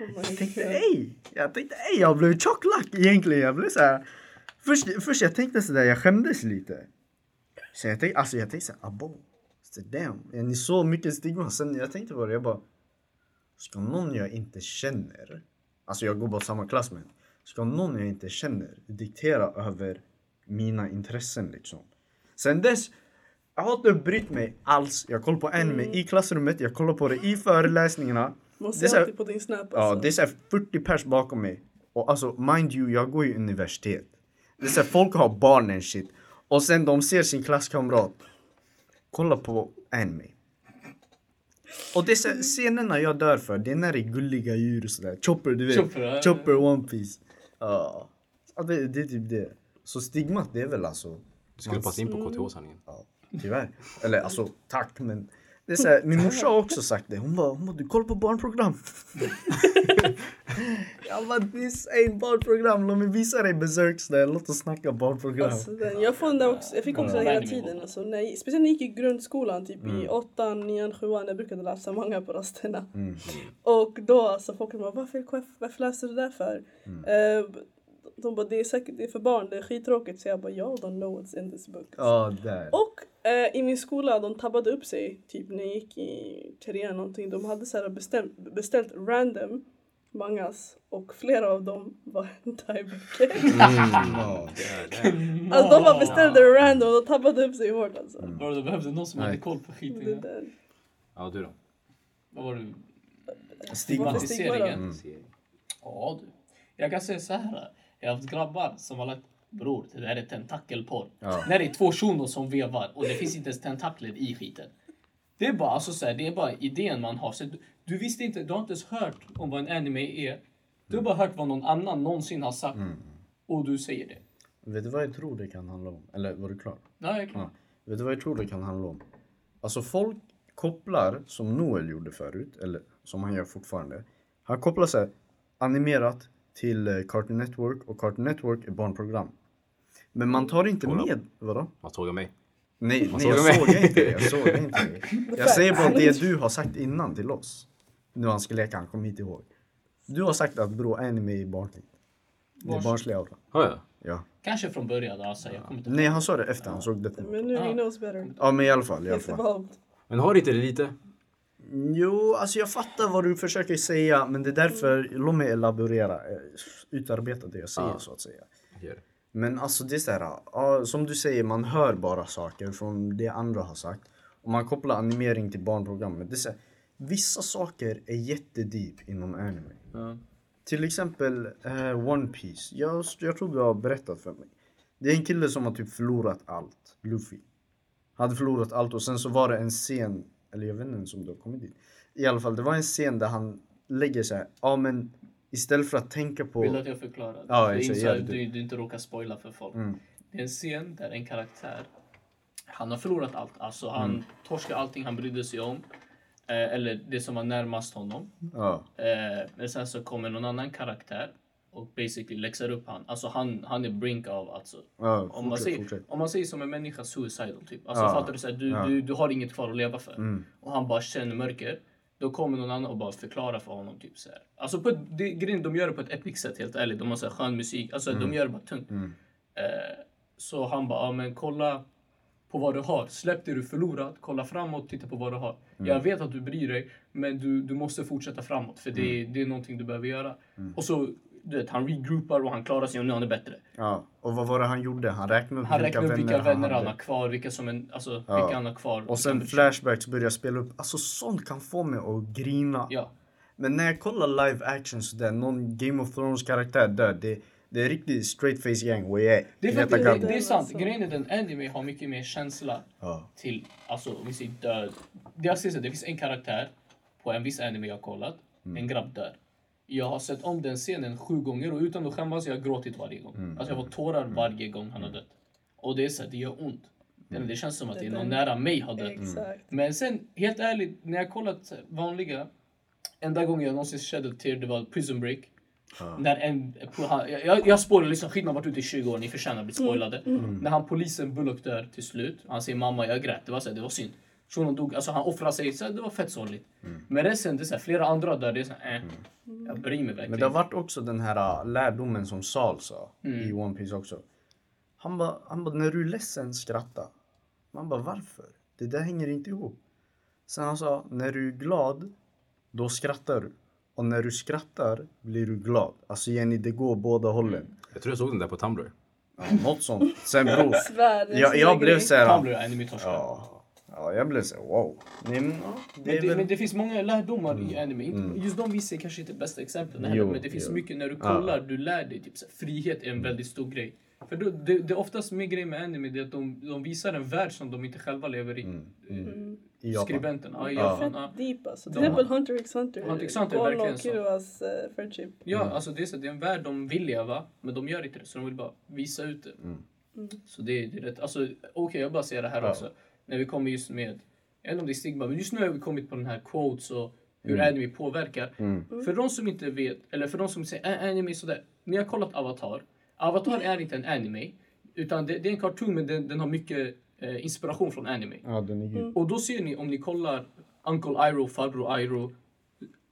Speaker 5: Oh my
Speaker 4: Jag tänkte
Speaker 5: God.
Speaker 4: ej, jag tänkte ej, jag blev tjocklack egentligen. Jag blev så här. Först, först jag tänkte sådär, jag skämdes lite. Så jag tänkte, alltså jag tänkte såhär, abo. Så damn, är ni så mycket stigma? Sen jag tänkte på det, jag bara. Ska någon jag inte känner, alltså jag går bara samma klass med, ska någon jag inte känner diktera över mina intressen liksom? Sen dess, jag har inte brytt mig alls. Jag kollar på anime i klassrummet, jag kollar på det i föreläsningarna.
Speaker 5: Mm. Måste
Speaker 4: Det är
Speaker 5: jag
Speaker 4: så här-
Speaker 5: alltid på din snap
Speaker 4: Ja, det
Speaker 5: alltså.
Speaker 4: är såhär 40 pers bakom mig. Och alltså, mind you, jag går ju universitet. Det är såhär, folk har barnen shit. Och sen de ser sin klasskamrat. Kolla på anime. Och det är såhär, scenerna jag dör för, det är när det är gulliga djur och sådär. Chopper, du vet.
Speaker 2: Chopper, ja.
Speaker 4: Chopper, One Piece. Ja. Ja, det, det är typ det. Så stigmat, det är väl alltså,
Speaker 3: Du skulle passa in på KTH-sanningen.
Speaker 4: ja, tyvärr. Eller alltså, tack men. Det är så här, min morsa har också sagt det. Hon bara, hon bara du kollar på barnprogram. jag bara, this ain't barnprogram. Låt mig visa dig Berserk snälla. Låt oss snacka barnprogram.
Speaker 5: Alltså, den, jag, får den där också, jag fick också den hela tiden. Alltså, när, jag- speciellt när jag gick i grundskolan, typ i åttan, nian, sjuan. Jag brukade läsa manga på rasterna.
Speaker 4: Mm.
Speaker 5: Och då alltså folk bara, varför, varför läser du det där för? Eh, de bara, det är säkert det är för barn, det är skittråkigt. Så jag bara, jag don't know what's in this book.
Speaker 4: Ja, där.
Speaker 5: Och eh, i min skola, de tabbade upp sig typ när jag gick i trean någonting. De hade så här bestämt, beställt random mangas och flera av dem var (laughs) hentai-böcker.
Speaker 2: Mm.
Speaker 4: Ja.
Speaker 5: Alltså de bara beställde random och tappade upp sig hårt alltså.
Speaker 4: Mm.
Speaker 2: Bro, du behövde någon som hade
Speaker 4: Nej.
Speaker 2: koll på
Speaker 5: Det
Speaker 2: skiten. ja.
Speaker 5: där.
Speaker 3: (laughs) Ja, du då?
Speaker 2: Vad var det?
Speaker 4: Stigma.
Speaker 5: Varför stigma då?
Speaker 2: Stigmatiseringen.
Speaker 4: Mm.
Speaker 2: Mm. Ja du. Jag kan säga så här. Jag har haft grabbar som har lagt Bror, det där är tentakelporr.
Speaker 4: Ja.
Speaker 2: När det är två shunon som vevar och det finns inte ens tentakler i skiten. Det är bara, alltså, så här, det är bara idén man har. Så du, du visste inte, du har inte ens hört om vad en anime är. Du
Speaker 4: Mm.
Speaker 2: har bara hört vad någon annan någonsin har sagt. Och du säger det.
Speaker 4: Vet du vad jag tror det kan handla om? Eller var du klar?
Speaker 2: Nej, jag kan.
Speaker 4: Ja. Vet du vad jag tror det kan handla om? Alltså folk kopplar, som Noel gjorde förut, eller som han gör fortfarande. Han kopplar så här, animerat till eh, Cartoon Network och Cartoon Network är barnprogram. Men man tar inte
Speaker 3: Kolla.
Speaker 4: med... Vadå?
Speaker 3: Man sågar mig.
Speaker 4: Nej, nej
Speaker 3: såg
Speaker 4: jag
Speaker 3: mig.
Speaker 4: såg inte det. Jag såg inte det. Jag säger bara det du har sagt innan till oss. Nu han ska leka, han kommer inte ihåg. Du har sagt att bro anime är barnsligt. Det är
Speaker 2: Barns-
Speaker 4: barnslig aura.
Speaker 3: Har jag?
Speaker 4: Ja.
Speaker 2: Kanske från början. Alltså, jag kommer inte
Speaker 4: Nej, han sa det efter han såg det.
Speaker 5: Men nu
Speaker 2: Ja.
Speaker 5: he knows better.
Speaker 4: Ja, men i alla fall. I alla
Speaker 5: It's
Speaker 4: fall.
Speaker 5: evolved.
Speaker 3: Men har inte det lite?
Speaker 4: Jo, alltså jag fattar vad du försöker säga men det är därför, låt mig elaborera, eh, utarbeta det jag säger
Speaker 3: Ja.
Speaker 4: så att säga.
Speaker 3: Gör det.
Speaker 4: Men alltså det är så här, ja, som du säger man hör bara saker från det andra har sagt. Och man kopplar animering till barnprogrammet. Det är så här, vissa saker är jättedeep inom anime. Till exempel eh, One Piece. Jag, jag tror du har berättat för mig. Det är en kille som har typ förlorat allt. Luffy. Hade förlorat allt och sen så var det en scen, eller jag vet inte ens om du har kommit dit. I alla fall, det var en scen där han lägger sig. Ja men istället för att tänka på...
Speaker 2: Vill du att jag förklarar?
Speaker 4: Ja, Mm.
Speaker 2: För
Speaker 4: jag säger
Speaker 2: inside,
Speaker 4: det.
Speaker 2: du, du inte råkar spoila för folk. Det är en scen där en karaktär, han har förlorat allt. Alltså han
Speaker 4: Mm.
Speaker 2: torskar allting han brydde sig om. Eh, eller det som var närmast honom.
Speaker 4: Ja.
Speaker 2: Eh, men sen så kommer någon annan karaktär och basically läxar upp han. Alltså han, han är brink av alltså.
Speaker 4: Ja,
Speaker 2: Om man,
Speaker 4: fortsätt,
Speaker 2: säger,
Speaker 4: fortsätt.
Speaker 2: om man säger som en människa suicidal typ. Alltså
Speaker 4: Ja.
Speaker 2: fattar du? Så här, du,
Speaker 4: Ja. Mm.
Speaker 2: du, du har inget kvar att leva för. Och han bara känner mörker. Då kommer någon annan och bara förklarar för honom. Typ, så här. Alltså på ett, det, grejen, de gör det på ett epic sätt helt ärligt. De har så här, skön musik. Alltså
Speaker 4: Mm.
Speaker 2: de gör det bara tungt. Eh, så han bara, ja men kolla på vad du har. Släpp det du förlorat. Kolla framåt, titta på vad du har.
Speaker 4: Mm.
Speaker 2: Jag vet att du bryr dig, men du, du måste fortsätta framåt. För det,
Speaker 4: Mm.
Speaker 2: det är någonting du behöver göra. Och så, du vet, han regroupar och han klarar sig och nu är han bättre.
Speaker 4: Ja, och vad var det han gjorde? Han räknade upp
Speaker 2: Han
Speaker 4: vilka
Speaker 2: räknar
Speaker 4: vänner,
Speaker 2: upp vilka vänner
Speaker 4: han
Speaker 2: han
Speaker 4: hade.
Speaker 2: har kvar, vilka, som en, alltså,
Speaker 4: Ja.
Speaker 2: vilka han har kvar. vilka
Speaker 4: Och sen
Speaker 2: han-
Speaker 4: flashbacks börjar spela upp. Alltså sånt kan få mig att grina.
Speaker 2: Ja.
Speaker 4: Men när jag kollar live action sådär, någon Game of Thrones karaktär dör. Det, det är riktigt straight face gang. way out.
Speaker 2: Det är,
Speaker 4: Gneta
Speaker 2: faktiskt, det,
Speaker 4: kanten.
Speaker 2: det är sant.
Speaker 5: Alltså.
Speaker 2: Grejen är att en anime har mycket mer känsla
Speaker 4: Ja.
Speaker 2: till, alltså om vi säger död. Det jag ser så, det finns en karaktär på en viss anime jag har kollat. En grabb dör. Jag har sett om den scenen sju gånger och utan att skämmas jag har gråtit varje gång. Alltså jag har fått tårar varje gång han har dött. Och det är så, här, det gör ont. Det känns som att det är någon nära mig har
Speaker 4: Mm.
Speaker 2: dött.
Speaker 5: Exakt.
Speaker 2: Men sen, helt ärligt, när jag kollat vanliga, enda gången jag någonsin kände till det var Prison Break. När en, po- han- jag, jag- jag spoilar liksom, skit man varit ute i 20 år, ni förtjänar att bli spoilade.
Speaker 4: Mm.
Speaker 2: När han polisen Bullock dör till slut, han säger mamma jag grät, det var, så här, det var synd. Shunon dog, alltså han offrar sig, så här, det var fett sorgligt.
Speaker 4: Mm.
Speaker 2: Men resten, det är så här, flera andra dör, det är så här, eh, jag bryr mig verkligen.
Speaker 4: Men det har varit också den här äh, lärdomen som Sal sa i One Piece också. Han bara, han bara, när du är ledsen skratta. Man bara, varför? Det där hänger inte ihop. Sen han sa, när du är glad, då skrattar du. Och när du skrattar blir du glad. Alltså Jenny, det går båda hållen.
Speaker 3: Jag tror jag såg den där på Tumblr.
Speaker 4: Mm. Ja, något sånt. Sen (laughs) bror,
Speaker 5: Världens
Speaker 4: jag, jag
Speaker 5: grej.
Speaker 4: blev så
Speaker 2: Fan
Speaker 4: här.
Speaker 2: blir jag ännu mer torskad.
Speaker 4: Ja, ja, jag blev så här, wow. Nej, men, ja, det
Speaker 2: Men
Speaker 4: är
Speaker 2: det,
Speaker 4: väl... Mm.
Speaker 2: men det finns många lärdomar i anime. Inte- Just de vi ser kanske inte är bästa exemplen heller,
Speaker 4: Jo,
Speaker 2: men det finns
Speaker 4: jo. Ah. Mm.
Speaker 2: mycket när du kollar, du lär dig. Typ, så här, frihet är en väldigt stor grej. För då, det, det är oftast med grejer med anime, det är att de, de visar en värld som de inte själva lever i.
Speaker 4: i Japan.
Speaker 2: Skribenten. Ja, ah. i
Speaker 4: Mm. Ja.
Speaker 2: Japan, ja.
Speaker 5: Mm. Fett deep alltså. Till
Speaker 2: De-
Speaker 5: exempel Hunter x Hunter.
Speaker 2: Hunter x Hunter är
Speaker 5: Gon
Speaker 2: verkligen
Speaker 5: och
Speaker 2: så.
Speaker 5: Kiruas eh, friendship.
Speaker 2: Ja,
Speaker 4: Mm.
Speaker 2: alltså det är, så, det är en värld de vill leva, men de gör inte det. Så de vill bara visa ut
Speaker 4: Mm.
Speaker 2: det. Så det, är- det är rätt. Alltså, Okej, jag bara säger det här också. När vi kommer just med jag vet inte om det är stigma, men just nu har vi kommit på den här quotes och hur
Speaker 4: Mm.
Speaker 2: anime påverkar. För de som inte vet, eller för de som säger "Ä- anime är sådär. Ni har kollat Avatar. Avatar är inte en anime, utan det, det är en cartoon men den, den har mycket eh, inspiration från anime.
Speaker 4: Ja, den är djup.
Speaker 2: Och då ser ni om ni kollar Uncle Iroh, farbror Iroh.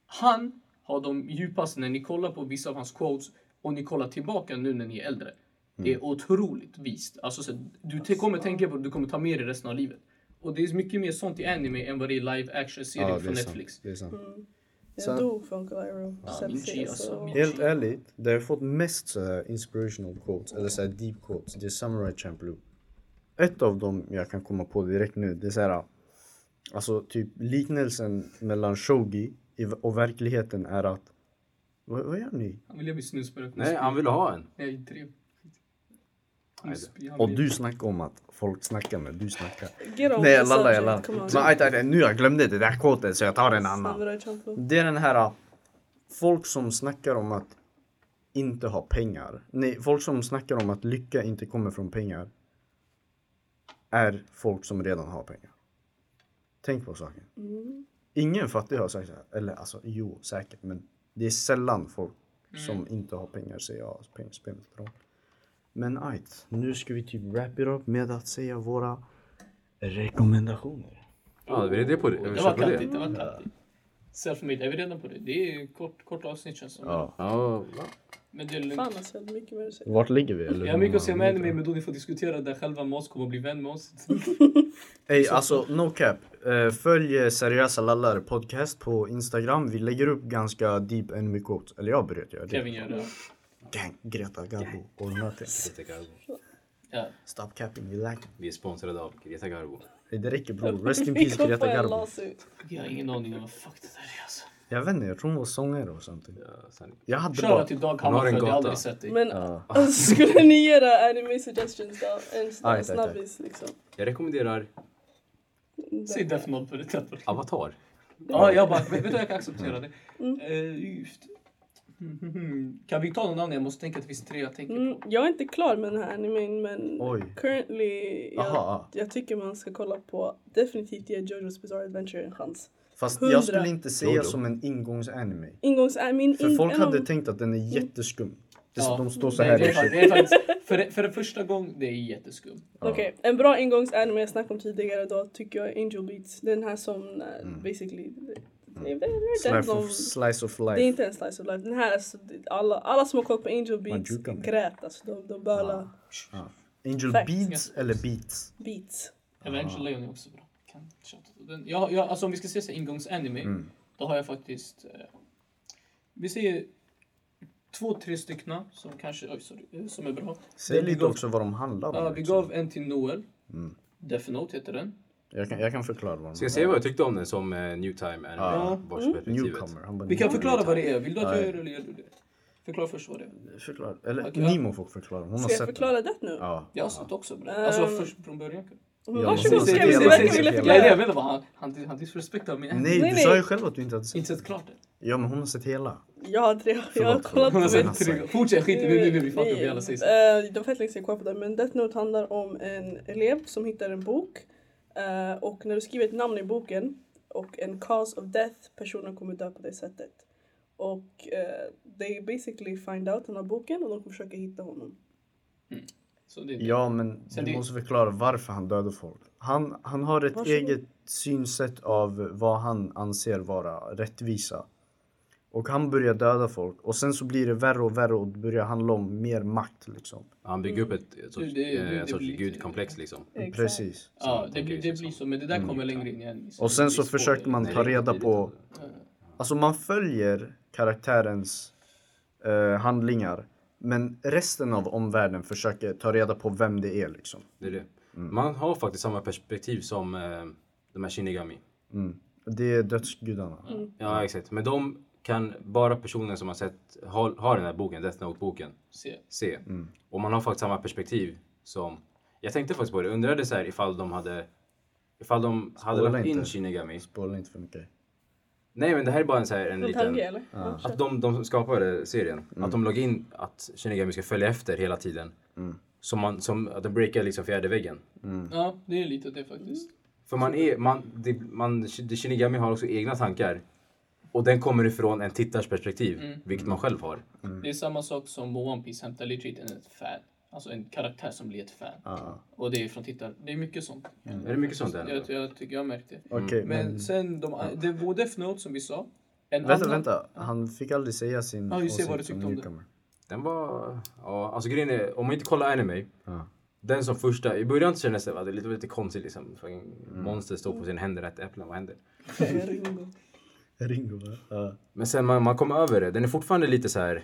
Speaker 2: Han har de djupaste när ni kollar på vissa av hans quotes och ni kollar tillbaka nu när ni är
Speaker 4: Mm.
Speaker 2: äldre. Det är otroligt vist. Alltså, så, du te- kommer tänka på det, du kommer ta med dig resten av livet. Och det är mycket mer sånt i anime än vad det är live action-serier
Speaker 4: Ja, det
Speaker 2: från
Speaker 4: är sant.
Speaker 2: Netflix.
Speaker 4: Det är sant.
Speaker 5: Jag
Speaker 4: Sen-
Speaker 5: dog för Uncle Iroh. Ja,
Speaker 2: min tjej alltså, min-
Speaker 4: Helt ärligt, där jag fått mest så här inspirational quotes, eller så här deep quotes, det är Samurai Champloo. Ett av dem jag kan komma på direkt nu, det är så här, alltså typ liknelsen mellan shogi i- och verkligheten är att, vad, vad gör ni?
Speaker 2: Han vill ge mig snusspray.
Speaker 3: Nej, han ville ha en.
Speaker 2: Nej, tre.
Speaker 4: Och du snackar om att folk snackar men du snackar.
Speaker 5: Get on
Speaker 4: Nej
Speaker 5: the
Speaker 4: jag lallar, jag
Speaker 5: subject,
Speaker 4: lallar.
Speaker 5: come on.
Speaker 4: Men aj, aj, aj, nu jag glömde det där quoten så jag tar en annan.
Speaker 5: Samurai Champloo.
Speaker 4: Det är den här ah, folk som snackar om att inte ha pengar. Nej, folk som snackar om att lycka inte kommer från pengar är folk som redan har pengar. Tänk på saken.
Speaker 2: Mm.
Speaker 4: Ingen fattig har sagt så här. Eller alltså, jo, säkert, men det är sällan folk
Speaker 2: Mm.
Speaker 4: som inte har pengar säger ja, pengar spelar inte roll. Men ajt, nu ska vi typ wrap it up med att säga våra rekommendationer.
Speaker 3: Ja, vi är det på det. Vi
Speaker 2: Det
Speaker 3: kör
Speaker 2: var
Speaker 3: på
Speaker 2: kattigt,
Speaker 3: det.
Speaker 2: det var kattigt. Self-made, är vi redan på det? Det är kort, kort avsnitt känns det som.
Speaker 3: Ja, va?
Speaker 2: Men det är lugnt.
Speaker 5: Fan alltså, jag hade mycket mer att säga.
Speaker 4: Vart ligger vi? Eller
Speaker 2: Jag
Speaker 4: hur
Speaker 2: har mycket att säga
Speaker 4: många
Speaker 2: med
Speaker 4: minuter?
Speaker 2: anime men då ni får diskutera där själva med oss, kommer att bli vän med oss. (laughs)
Speaker 4: Ey, alltså no cap. Eh, Följ eh, Seriösa Lallare podcast på Instagram. Vi lägger upp ganska deep enemy quotes. Eller jag började göra det.
Speaker 2: Kevin gör det.
Speaker 4: Gang, Greta Garbo och nothing.
Speaker 3: Greta Garbo.
Speaker 2: Ja.
Speaker 4: Stop capping, you like
Speaker 3: Vi är sponsrade av Greta Garbo.
Speaker 4: it. Det räcker bror. Rest in
Speaker 5: (laughs) Vi
Speaker 4: peace
Speaker 5: kom
Speaker 4: Greta
Speaker 5: på en
Speaker 4: Garbo.
Speaker 5: lawsuit.
Speaker 2: Jag har ingen aning om vad fuck det där är alltså.
Speaker 4: Jag vet inte, jag tror hon var sångare och something.
Speaker 3: Ja, sen-
Speaker 4: Jag hade
Speaker 2: Shoutout
Speaker 4: bara...
Speaker 2: till Dag
Speaker 3: Hon har en
Speaker 2: Hammarskjöld, jag har
Speaker 3: gata.
Speaker 2: aldrig sett dig.
Speaker 5: Men
Speaker 4: Ja.
Speaker 5: alltså, (laughs) skulle ni ge era anime suggestions då? En
Speaker 4: Aj,
Speaker 5: snabb,
Speaker 4: tack,
Speaker 5: snabbis liksom.
Speaker 3: Jag rekommenderar
Speaker 2: Säg Death Note på det tätt.
Speaker 3: Avatar.
Speaker 2: Ja, jag bara, vet vet du vad jag kan acceptera det? Eh, just. Mm, Kan vi ta någon annan? Jag måste tänka att det finns tre jag tänker på.
Speaker 5: Mm, jag är inte klar med den här animen men
Speaker 4: Oj.
Speaker 5: currently jag,
Speaker 4: Aha.
Speaker 5: jag tycker man ska kolla på definitivt ge Jojo's Bizarre Adventure en chans.
Speaker 4: Fast
Speaker 5: Hundra.
Speaker 4: jag skulle inte
Speaker 3: Jo
Speaker 4: säga
Speaker 3: då.
Speaker 4: som en ingångsanime.
Speaker 5: Ingångs... Äh, min
Speaker 4: För
Speaker 5: in-
Speaker 4: folk
Speaker 5: en
Speaker 4: hade
Speaker 5: av-
Speaker 4: tänkt att den är jätteskum. Det är så
Speaker 2: Ja.
Speaker 4: de står så
Speaker 2: Nej,
Speaker 4: här
Speaker 2: det är
Speaker 4: och
Speaker 2: fa-
Speaker 4: shit.
Speaker 2: det är faktiskt, för, det- för det första gången, det är jätteskumt.
Speaker 5: Okej, en bra ingångsanime jag snackade om tidigare då tycker jag är Angel Beats. Den här som eh, basically... Det, det, det, det, det,
Speaker 4: Mm. Slice of, slice of
Speaker 5: det är
Speaker 4: life.
Speaker 5: inte en slice of life. Den här, alltså, det- alla, alla som har koll på Angel Beats
Speaker 4: jukar med.
Speaker 5: grät alltså. De, de bölade
Speaker 4: Angel
Speaker 5: Fact.
Speaker 4: beats eller beats?
Speaker 5: beats.
Speaker 2: Evangel Leon är också bra. Kan tjata på den. Jag, jag, alltså om vi ska se så här ingångsanime, då har jag faktiskt... Eh, vi säger två, tre stycken som kanske... Oj, sorry, eh, som är bra.
Speaker 4: Säg
Speaker 2: Den vi
Speaker 4: lite
Speaker 2: gav-
Speaker 4: också vad de handlar om.
Speaker 2: Ja, vi
Speaker 4: liksom.
Speaker 2: gav en till Noel. Death Note heter den.
Speaker 4: jag, kan, jag kan förklara vad de
Speaker 3: Ska jag säga vad jag tyckte om den som eh, new time anime?
Speaker 4: Ja.
Speaker 2: Mm.
Speaker 3: Barnsperspektivet.
Speaker 4: Newcomer. Han bara,
Speaker 2: Vi kan förklara vad det är. Vill du att jag
Speaker 4: Ja.
Speaker 2: gör det eller gör du det? Förklara först vad det är.
Speaker 4: Förklara. Eller
Speaker 2: Okej.
Speaker 4: Nimo får förklara. Hon har
Speaker 5: Ska jag
Speaker 4: sett den.
Speaker 5: förklara det nu?
Speaker 4: Ja.
Speaker 2: Jag har sett också bra. Alltså
Speaker 5: Ehm,
Speaker 2: först från början.
Speaker 5: Men
Speaker 4: Ja,
Speaker 5: varsågod,
Speaker 4: måste dela-
Speaker 5: ska vi se, verkar
Speaker 4: måste
Speaker 5: vilja
Speaker 4: dela.
Speaker 2: Ja,
Speaker 5: förklara?
Speaker 2: jag vet inte vad han... Han, han disrespektar mig.
Speaker 4: Nej,
Speaker 5: Nej,
Speaker 4: du
Speaker 5: nej.
Speaker 4: sa ju själv att du inte hade sett
Speaker 2: Inte
Speaker 4: den.
Speaker 2: sett klart det.
Speaker 4: Ja, men hon har sett hela.
Speaker 5: Ja, det, jag har
Speaker 4: Förlåt,
Speaker 5: kollat på
Speaker 2: Hon har
Speaker 5: det.
Speaker 4: Fortsätt,
Speaker 2: sett tre- Fortsätt, skit i det. Nu blir vi fuckade. Vi alla säger så.
Speaker 5: Eh, Det var fett länge sedan jag kollade på det, men Death Note handlar om en elev som hittar en bok eh, och när du skriver ett namn i boken och en cause of death, personen kommer dö på det sättet. Och eh, they basically find out den här boken och de kommer försöka hitta honom.
Speaker 2: Så det är det.
Speaker 4: Ja, men
Speaker 2: Sen
Speaker 4: du
Speaker 2: det-
Speaker 4: måste förklara varför han dödade folk. Han, han har ett
Speaker 5: Varsågod.
Speaker 4: eget synsätt av vad han anser vara rättvisa. Och han börjar döda folk och sen så blir det värre och värre och det börjar handla om mer makt liksom.
Speaker 3: Han bygger upp ett, ett sorts,
Speaker 2: Mm. Det- det-
Speaker 3: eh,
Speaker 2: det
Speaker 3: en sorts
Speaker 2: blir-
Speaker 3: gudkomplex liksom.
Speaker 4: Mm, Precis.
Speaker 2: Ja, det
Speaker 3: tänker
Speaker 2: blir,
Speaker 3: jag
Speaker 2: det
Speaker 3: liksom.
Speaker 2: blir så. Men det där kommer längre in i anime.
Speaker 4: Och sen så försöker man ta
Speaker 3: Nej,
Speaker 4: reda
Speaker 3: det är
Speaker 4: på...
Speaker 2: inte
Speaker 4: Alltså man följer karaktärens eh, handlingar. Men resten av omvärlden försöker ta reda på vem det är liksom.
Speaker 3: Det är det. Man har faktiskt samma perspektiv som eh, de här Shinigami.
Speaker 4: Det är dödsgudarna.
Speaker 3: Ja, exakt. Men de kan bara personen som har sett, har, har den här boken, Death Note-boken,
Speaker 2: Se.
Speaker 3: se. Och man har faktiskt samma perspektiv som... Jag tänkte faktiskt på det, undrade så här ifall de hade... Ifall de hade
Speaker 4: Spoila
Speaker 3: lagt in
Speaker 4: inte.
Speaker 3: Shinigami.
Speaker 4: Spola inte för mycket.
Speaker 3: Nej, men det här är bara en, så här, en
Speaker 5: En
Speaker 3: liten...
Speaker 5: tanke eller? Ja, kör.
Speaker 3: Att de, de som skapade serien, att de lade in att Shinigami ska följa efter hela tiden. Som, man, som att de breakar liksom fjärde väggen.
Speaker 2: Ja, det är lite det faktiskt.
Speaker 3: För man är, man, det, man, det Shinigami har också egna tankar. Och den kommer ifrån en tittars perspektiv,
Speaker 2: Mm.
Speaker 3: vilket man själv har.
Speaker 2: Det är samma sak som med One Piece hämtar legit en ett fan. Alltså en karaktär som blir ett fan.
Speaker 4: Ja.
Speaker 2: Och det är från tittar. Det är mycket sånt.
Speaker 3: Är det mycket sånt där?
Speaker 2: Jag, jag tycker jag märkte.
Speaker 4: Okej,
Speaker 2: Mm. Men
Speaker 4: men...
Speaker 2: sen, de, det var Death Note som vi sa. En
Speaker 4: Vänta,
Speaker 2: annan-
Speaker 4: vänta. Han fick aldrig säga sin
Speaker 2: Ja, just det, vad du
Speaker 4: som
Speaker 2: tyckte om det.
Speaker 4: newcomer.
Speaker 3: Den var... Ja, alltså grejen är, om man inte kollar anime.
Speaker 4: Ja.
Speaker 3: Den som första, i början kändes det, va, det lite, lite konstigt liksom. För en
Speaker 4: Mm.
Speaker 3: Monster står på sina händer, äter äpplen, vad händer?
Speaker 4: Ringo, va? Ja.
Speaker 3: Men sen man, man kom över det, den är fortfarande lite så här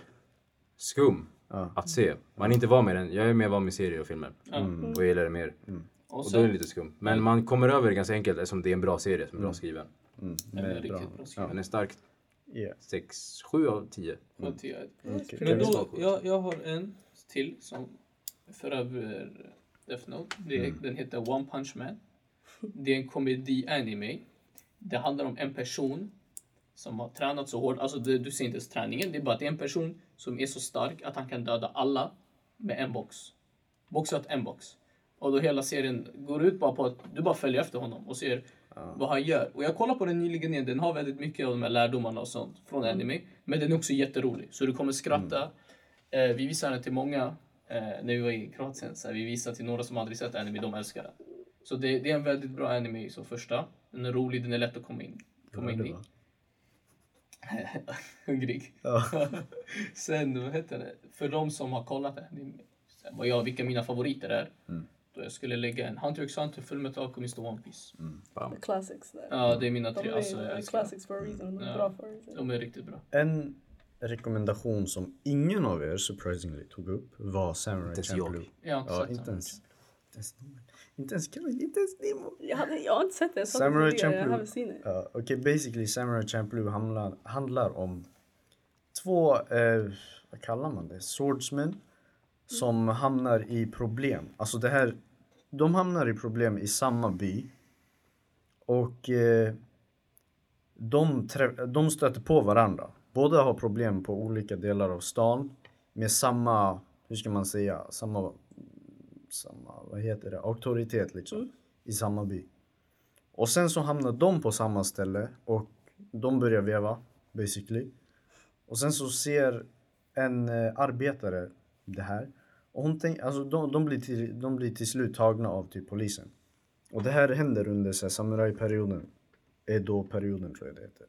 Speaker 3: skum
Speaker 4: Ja.
Speaker 3: att se. Man är inte van med den, jag är mer van med serier och filmer.
Speaker 2: Ja.
Speaker 4: Mm.
Speaker 3: Och jag gillar det mer.
Speaker 2: Och
Speaker 3: Mm. Och då är
Speaker 2: sen,
Speaker 3: den lite skum. Men man kommer över det ganska enkelt eftersom det är en bra serie som är bra skriven.
Speaker 4: Mm,
Speaker 2: den är
Speaker 4: nej, bra.
Speaker 2: riktigt bra skriven.
Speaker 3: Den är stark
Speaker 4: Yeah.
Speaker 3: 6, 7 av 10.
Speaker 2: Skönt att göra det.
Speaker 4: Okej.
Speaker 2: Men
Speaker 3: Kevin
Speaker 2: då,
Speaker 3: Starkwood.
Speaker 2: jag, jag har en till som för över Death Note. Det, är- Den heter One Punch Man. Det är en komedi-anime. Det handlar om en person som har tränat så hårt. Alltså det, du ser inte ens träningen. Det är bara att det är en person som är så stark att han kan döda alla med en box. Boxat en box. Och då hela serien går ut bara på att du bara följer efter honom och ser vad han gör. Och jag kollade på den nyligen igen. Den har väldigt mycket av de här lärdomarna och sånt från anime. Men den är också jätterolig. Så du kommer skratta. Eh, vi visade den till många eh, när vi var i Kroatien. Så här, vi visade till några som aldrig sett anime. De älskar den. Så det, det är en väldigt bra anime som första. Den är rolig, den är lätt att komma in, komma in (laughs) i. Hungrig.
Speaker 4: Ja.
Speaker 2: (laughs) Sen, vad heter det? För de som har kollat det, det är- vad jag, vilka mina favoriter är.
Speaker 4: Mm.
Speaker 2: Då jag skulle lägga en Hunter x Hunter, Fullmetal Alchemist och One Piece.
Speaker 4: Mm.
Speaker 5: Classics där.
Speaker 2: Ja, det är mina
Speaker 5: De
Speaker 2: tre.
Speaker 5: är
Speaker 2: Alltså, jag
Speaker 5: ju
Speaker 2: älskar dem.
Speaker 5: classics for a reason.
Speaker 2: Ja.
Speaker 5: Bra for a reason.
Speaker 2: De är riktigt bra.
Speaker 4: En rekommendation som ingen av er surprisingly tog upp var Samurai
Speaker 3: ens jag.
Speaker 4: Champloo.
Speaker 2: Jag har inte
Speaker 4: Ja,
Speaker 2: sett
Speaker 4: inte
Speaker 2: dem.
Speaker 4: ens... Inte ens någon. Inte ens Kevin, inte ens Nemo.
Speaker 5: Jag, hade, jag har inte sett det. Jag sa det
Speaker 4: Samurai
Speaker 5: tidigare,
Speaker 4: Champloo.
Speaker 5: Jag har seen it.
Speaker 4: Ja, Okej, basically Samurai Champloo handlar, handlar om två, eh, vad kallar man det, swordsmen som hamnar i problem. Alltså det här, de hamnar i problem i samma by och eh, de, trä- de stöter på varandra. Båda har problem på olika delar av stan med samma, hur ska man säga, samma, samma vad heter det, auktoritet liksom i samma by. Och sen så hamnar de på samma ställe och de börjar veva basically. Och sen så ser en eh, arbetare det här. Och hon tänk, alltså de, de, blir till, de blir till slut tagna av typ polisen. Och det här händer under så här samurajperioden. Edo-perioden tror jag det heter.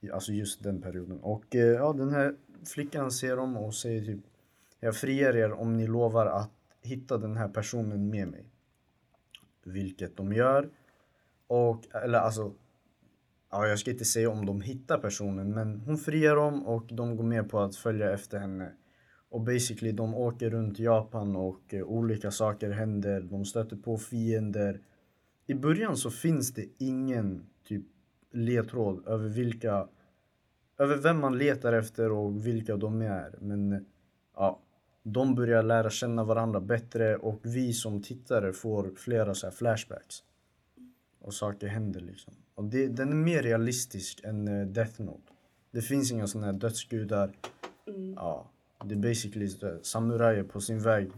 Speaker 4: Ja, Alltså just den perioden. Och eh, ja, den här flickan ser dem och säger typ Jag friar er om ni lovar att hitta den här personen med mig. Vilket de gör. Och, eller alltså, ja, jag ska inte säga om de hittar personen, men hon friar dem och de går med på att följa efter henne. Och basically, de åker runt Japan och eh, olika saker händer, de stöter på fiender. I början så finns det ingen typ ledtråd över vilka, över vem man letar efter och vilka de är. Men eh, ja, de börjar lära känna varandra bättre och vi som tittare får flera så här flashbacks och saker händer liksom. Och det, den är mer realistisk än eh, Death Note. Det finns inga sådana här dödsgudar.
Speaker 5: Mm.
Speaker 4: Ja, det är basically så- samurajer på sin väg.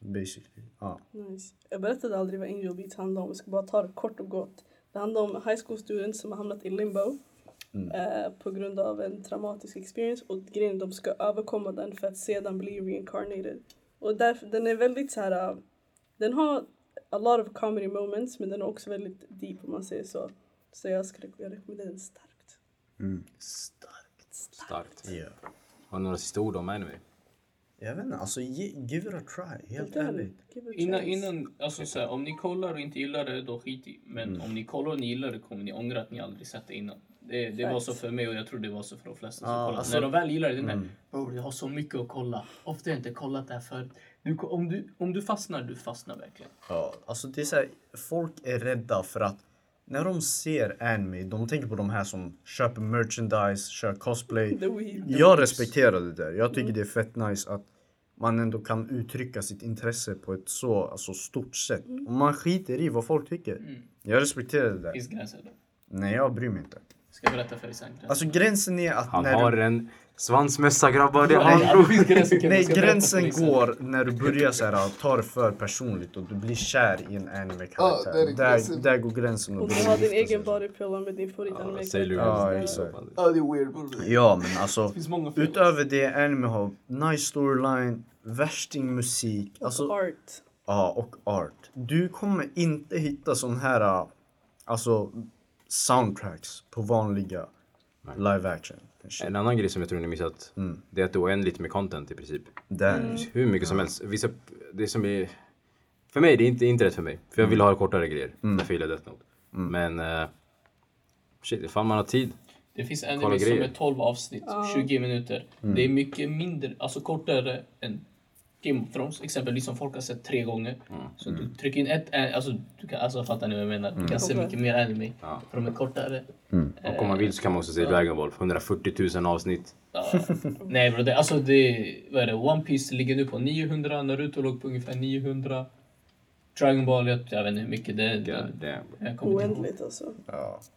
Speaker 4: Basically. Ja.
Speaker 5: Nice. Jag berättade aldrig vad Angel Beats handlar om. Jag ska bara ta det kort och gott. Det handlar om high school students som har hamnat i limbo.
Speaker 4: Mm.
Speaker 5: Eh, på grund av en traumatisk experience. Och grejen är att de ska överkomma den för att sedan bli reincarnated. Och därför, den är väldigt så här. eh, Den har a lot of comedy moments men den är också väldigt deep om man säger så. Så jag, ska, jag rekommenderar den starkt.
Speaker 3: Starkt.
Speaker 4: Yeah.
Speaker 3: Har ni några sista ord om anime?
Speaker 4: Jag vet inte, alltså ge, give it a try. Helt
Speaker 5: Gör det.
Speaker 4: ärligt.
Speaker 5: Give it a
Speaker 2: Innan,
Speaker 5: chance.
Speaker 2: innan, alltså så här, om ni kollar och inte gillar det, då skit i. Men
Speaker 4: Mm.
Speaker 2: om ni kollar och ni gillar det kommer ni ångra att ni aldrig sett det innan. Det, det var så för mig och jag tror det var så för de flesta som
Speaker 4: Ja,
Speaker 2: kollade.
Speaker 4: alltså-
Speaker 2: När de väl gillar det, den här, bror jag har så mycket att kolla. Ofta har jag inte kollat det här förut. Du, ko- om, du, om du fastnar, du fastnar verkligen.
Speaker 4: Ja, alltså det är så här, folk är rädda för att när de ser anime, de tänker på de här som köper merchandise, kör cosplay.
Speaker 5: The weed.
Speaker 4: Jag respekterar det där. Jag tycker det är fett nice att man ändå kan uttrycka sitt intresse på ett så alltså, stort sätt.
Speaker 5: Mm.
Speaker 4: Och man skiter i vad folk tycker. Jag respekterar det där.
Speaker 2: Finns gränser då.
Speaker 4: Nej, jag bryr mig inte.
Speaker 2: Ska jag berätta för dig sen.
Speaker 4: Alltså gränsen är att
Speaker 3: Han
Speaker 4: när
Speaker 3: har
Speaker 4: du...
Speaker 3: en svansmössa grabbar, det är
Speaker 4: (laughs)
Speaker 2: Nej,
Speaker 3: han.
Speaker 2: ja, det finns gränser, Kevin.
Speaker 4: Nej,
Speaker 2: Ska jag berätta för
Speaker 4: gränsen
Speaker 2: dig sen?
Speaker 4: går när du börjar så här, ta det för personligt och du blir kär i en
Speaker 6: Ja, där är
Speaker 4: anime-karaktär. där,
Speaker 6: gränsen.
Speaker 4: där går gränsen.
Speaker 5: Och
Speaker 4: då
Speaker 5: du
Speaker 4: blir
Speaker 5: har
Speaker 4: det
Speaker 5: din
Speaker 4: gifta
Speaker 5: egen
Speaker 4: sig.
Speaker 5: bodypillow med din favoritanime.
Speaker 3: Säger du.
Speaker 4: Ja, exakt.
Speaker 6: Ja, det är weird. bror.
Speaker 4: Ja, men alltså.
Speaker 2: Det finns många filmer.
Speaker 4: Utöver det, anime har nice storyline, värstingmusik, alltså
Speaker 5: Art.
Speaker 4: Ja, och art. Du kommer inte hitta sån här ah, alltså soundtracks på vanliga live action. Shit.
Speaker 3: En annan grej som jag tror ni missat,
Speaker 4: Mm.
Speaker 3: det är att det är oändligt med content i princip.
Speaker 4: Där.
Speaker 3: Hur mycket som helst. Vissa, det som är, för mig, det är inte, inte rätt för mig. För jag vill
Speaker 4: Mm.
Speaker 3: ha kortare grejer. Därför gillar jag Death Note. Men eh, shit, ifall man har tid.
Speaker 2: Det finns
Speaker 3: Kolla
Speaker 2: anime som
Speaker 3: grejer. Mm.
Speaker 2: är 12 avsnitt, 20 minuter. Det är mycket mindre, alltså kortare än Game of Thrones exempelvis som folk har sett tre gånger.
Speaker 3: Mm.
Speaker 2: Så du trycker in ett, ä- alltså du kan, alltså fattar ni vad jag menar? Du kan se
Speaker 5: Okej.
Speaker 2: mycket mer anime
Speaker 3: Mm. Ja.
Speaker 2: för de är
Speaker 5: (laughs)
Speaker 2: kortare.
Speaker 3: Och om man vill så kan man också se Dragon Ball, 140 000 avsnitt.
Speaker 2: Ja. Nej bro, det, alltså det, vad är det, One Piece ligger nu på 900, Naruto låg på ungefär 900. Dragon Ball, jag, jag vet inte hur mycket det är. Jag kommer inte ihåg.
Speaker 5: Oändligt alltså.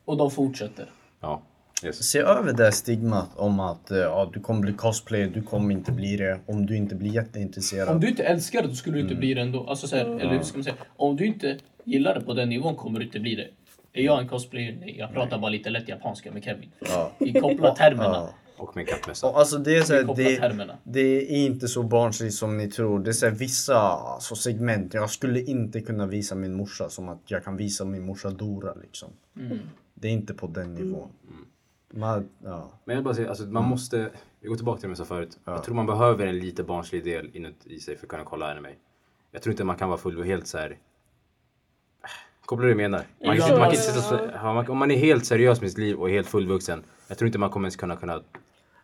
Speaker 2: Och de fortsätter.
Speaker 3: Ja, yes.
Speaker 4: Se över det här stigmat om att eh, ja, du kommer bli cosplay, du kommer inte bli det om du inte blir jätteintresserad.
Speaker 2: Om du inte älskar det då skulle du
Speaker 4: Mm.
Speaker 2: inte bli det ändå. Alltså så här,
Speaker 5: Mm.
Speaker 2: eller hur ska man säga? Om du inte gillar det på den nivån kommer du inte bli det. Är jag en cosplayer? Nej, jag pratar bara lite lätt japanska med Kevin.
Speaker 4: Ja.
Speaker 2: Vi kopplar termerna.
Speaker 4: Ja.
Speaker 3: Och med en kappmössa.
Speaker 4: Och alltså det är så
Speaker 2: Vi
Speaker 4: här,
Speaker 2: kopplar
Speaker 4: det,
Speaker 2: termerna.
Speaker 4: det är inte så barnsligt som ni tror. Det är så här, vissa alltså, segment, jag skulle inte kunna visa min morsa som att jag kan visa min morsa Dora liksom.
Speaker 2: Mm.
Speaker 4: Det är inte på den nivån.
Speaker 3: Mm.
Speaker 4: Man, ja.
Speaker 3: Men jag vill bara säga, alltså,
Speaker 4: Mm.
Speaker 3: man måste, vi går tillbaka till det jag sa förut. Jag tror man behöver en lite barnslig del inuti i sig för att kunna kolla anime. Jag tror inte man kan vara full och helt så här. äh, Kopplar du vad jag menar? Man kan,
Speaker 2: Ja,
Speaker 3: man kan inte sitta så, ja, man, om man är helt seriös med sitt liv och är helt fullvuxen. Jag tror inte man kommer ens kunna kunna...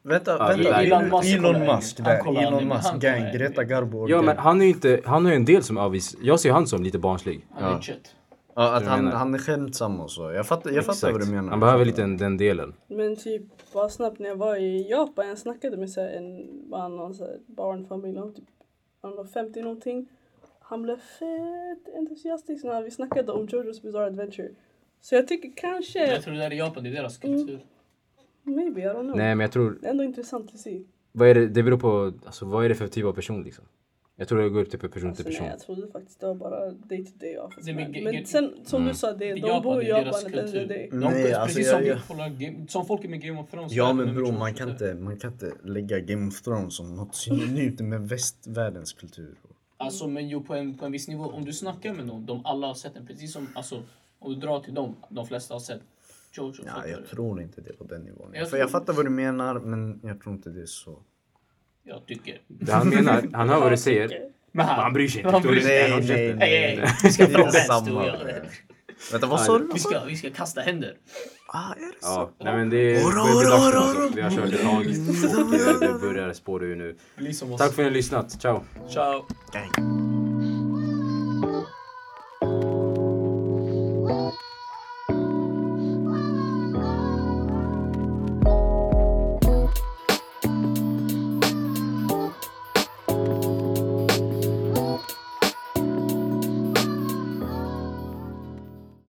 Speaker 4: Vänta,
Speaker 3: Ja,
Speaker 4: vänta.
Speaker 3: Elon
Speaker 4: Elon Musk,
Speaker 2: Musk kollar anime. Han
Speaker 4: där.
Speaker 2: kollar
Speaker 4: Elon
Speaker 2: anime.
Speaker 4: Musk,
Speaker 2: Han kollar
Speaker 4: gang,
Speaker 2: anime.
Speaker 4: Greta Garbo. och
Speaker 3: Ja men
Speaker 4: gang.
Speaker 3: han är ju inte, han har ju en del som avvis... Jag ser han som lite barnslig.
Speaker 2: Han är kött.
Speaker 4: ja, att han,
Speaker 3: menar.
Speaker 4: han är skämtsam och så. Jag fattar, jag fattar vad du menar.
Speaker 3: Han behöver lite den, den delen.
Speaker 5: Men typ bara snabbt när jag var i Japan, jag snackade med så här, en bara någon så här, barnfamilj, han var typ han var 50 någonting. Han blev fett entusiastisk när vi snackade om Jojo's Bizarre Adventure. Så jag tycker kanske,
Speaker 2: Jag tror det där är Japan, det är deras
Speaker 5: Mm.
Speaker 2: kultur.
Speaker 5: maybe, I don't know.
Speaker 3: Nej men jag tror,
Speaker 5: Det är ändå intressant att se.
Speaker 3: vad är det, det beror på, alltså, vad är det för typ av person liksom? Jag tror det går upp till person
Speaker 5: Alltså,
Speaker 3: till person.
Speaker 5: nej, jag trodde faktiskt det var bara day to day off.
Speaker 2: Nej, men
Speaker 5: men,
Speaker 2: ge- ge-
Speaker 5: sen som du sa, det, de
Speaker 2: Japan,
Speaker 5: bor i
Speaker 2: det är
Speaker 5: Japan
Speaker 2: deras
Speaker 5: at the end of the day.
Speaker 2: kultur.
Speaker 3: Mm.
Speaker 2: De,
Speaker 4: Nej, alltså,
Speaker 2: precis
Speaker 4: jag-
Speaker 2: som, vi
Speaker 4: jag-
Speaker 2: kollar Game- som folk är med Game of Thrones.
Speaker 4: Ja
Speaker 2: där,
Speaker 4: men
Speaker 2: de är
Speaker 4: bror,
Speaker 2: med
Speaker 4: man
Speaker 2: kultur.
Speaker 4: kan, inte, man kan inte lägga Game of Thrones som något synonymt med västvärldens kultur.
Speaker 2: Alltså men jo på en, på en viss nivå, om du snackar med någon, de alla har sett den. Precis som, alltså om du drar till dem, de flesta har sett Jojo. fattar
Speaker 4: Ja,
Speaker 2: du?
Speaker 4: jag tror inte det på den nivån.
Speaker 2: Jag
Speaker 4: Jag, för jag
Speaker 2: tror-
Speaker 4: fattar vad du menar, men jag tror inte det är så.
Speaker 2: jag tycker.
Speaker 3: Det han menar, han hör vad du säger. Men han bryr sig inte.
Speaker 2: Han bryr sig
Speaker 3: Förstår du?
Speaker 4: Nej, nej,
Speaker 2: Nej,
Speaker 4: nej.
Speaker 2: nej, nej. Vi ska
Speaker 4: Det är
Speaker 2: fråga
Speaker 4: inte
Speaker 2: vänster och
Speaker 4: samma.
Speaker 2: göra det.
Speaker 4: Vänta, vad sa du?
Speaker 2: Vi ska, vi ska kasta händer.
Speaker 4: Ah, är det så?
Speaker 3: Ja, nej men det är...
Speaker 4: Hurra,
Speaker 3: det är
Speaker 4: hurra,
Speaker 3: dags
Speaker 4: hurra,
Speaker 3: alltså. Vi har kört ett tag och eh, det börjar spåra ur nu.
Speaker 2: Bli som oss.
Speaker 3: Tack för att ni har lyssnat. Ciao!
Speaker 2: Ciao.
Speaker 4: Gang.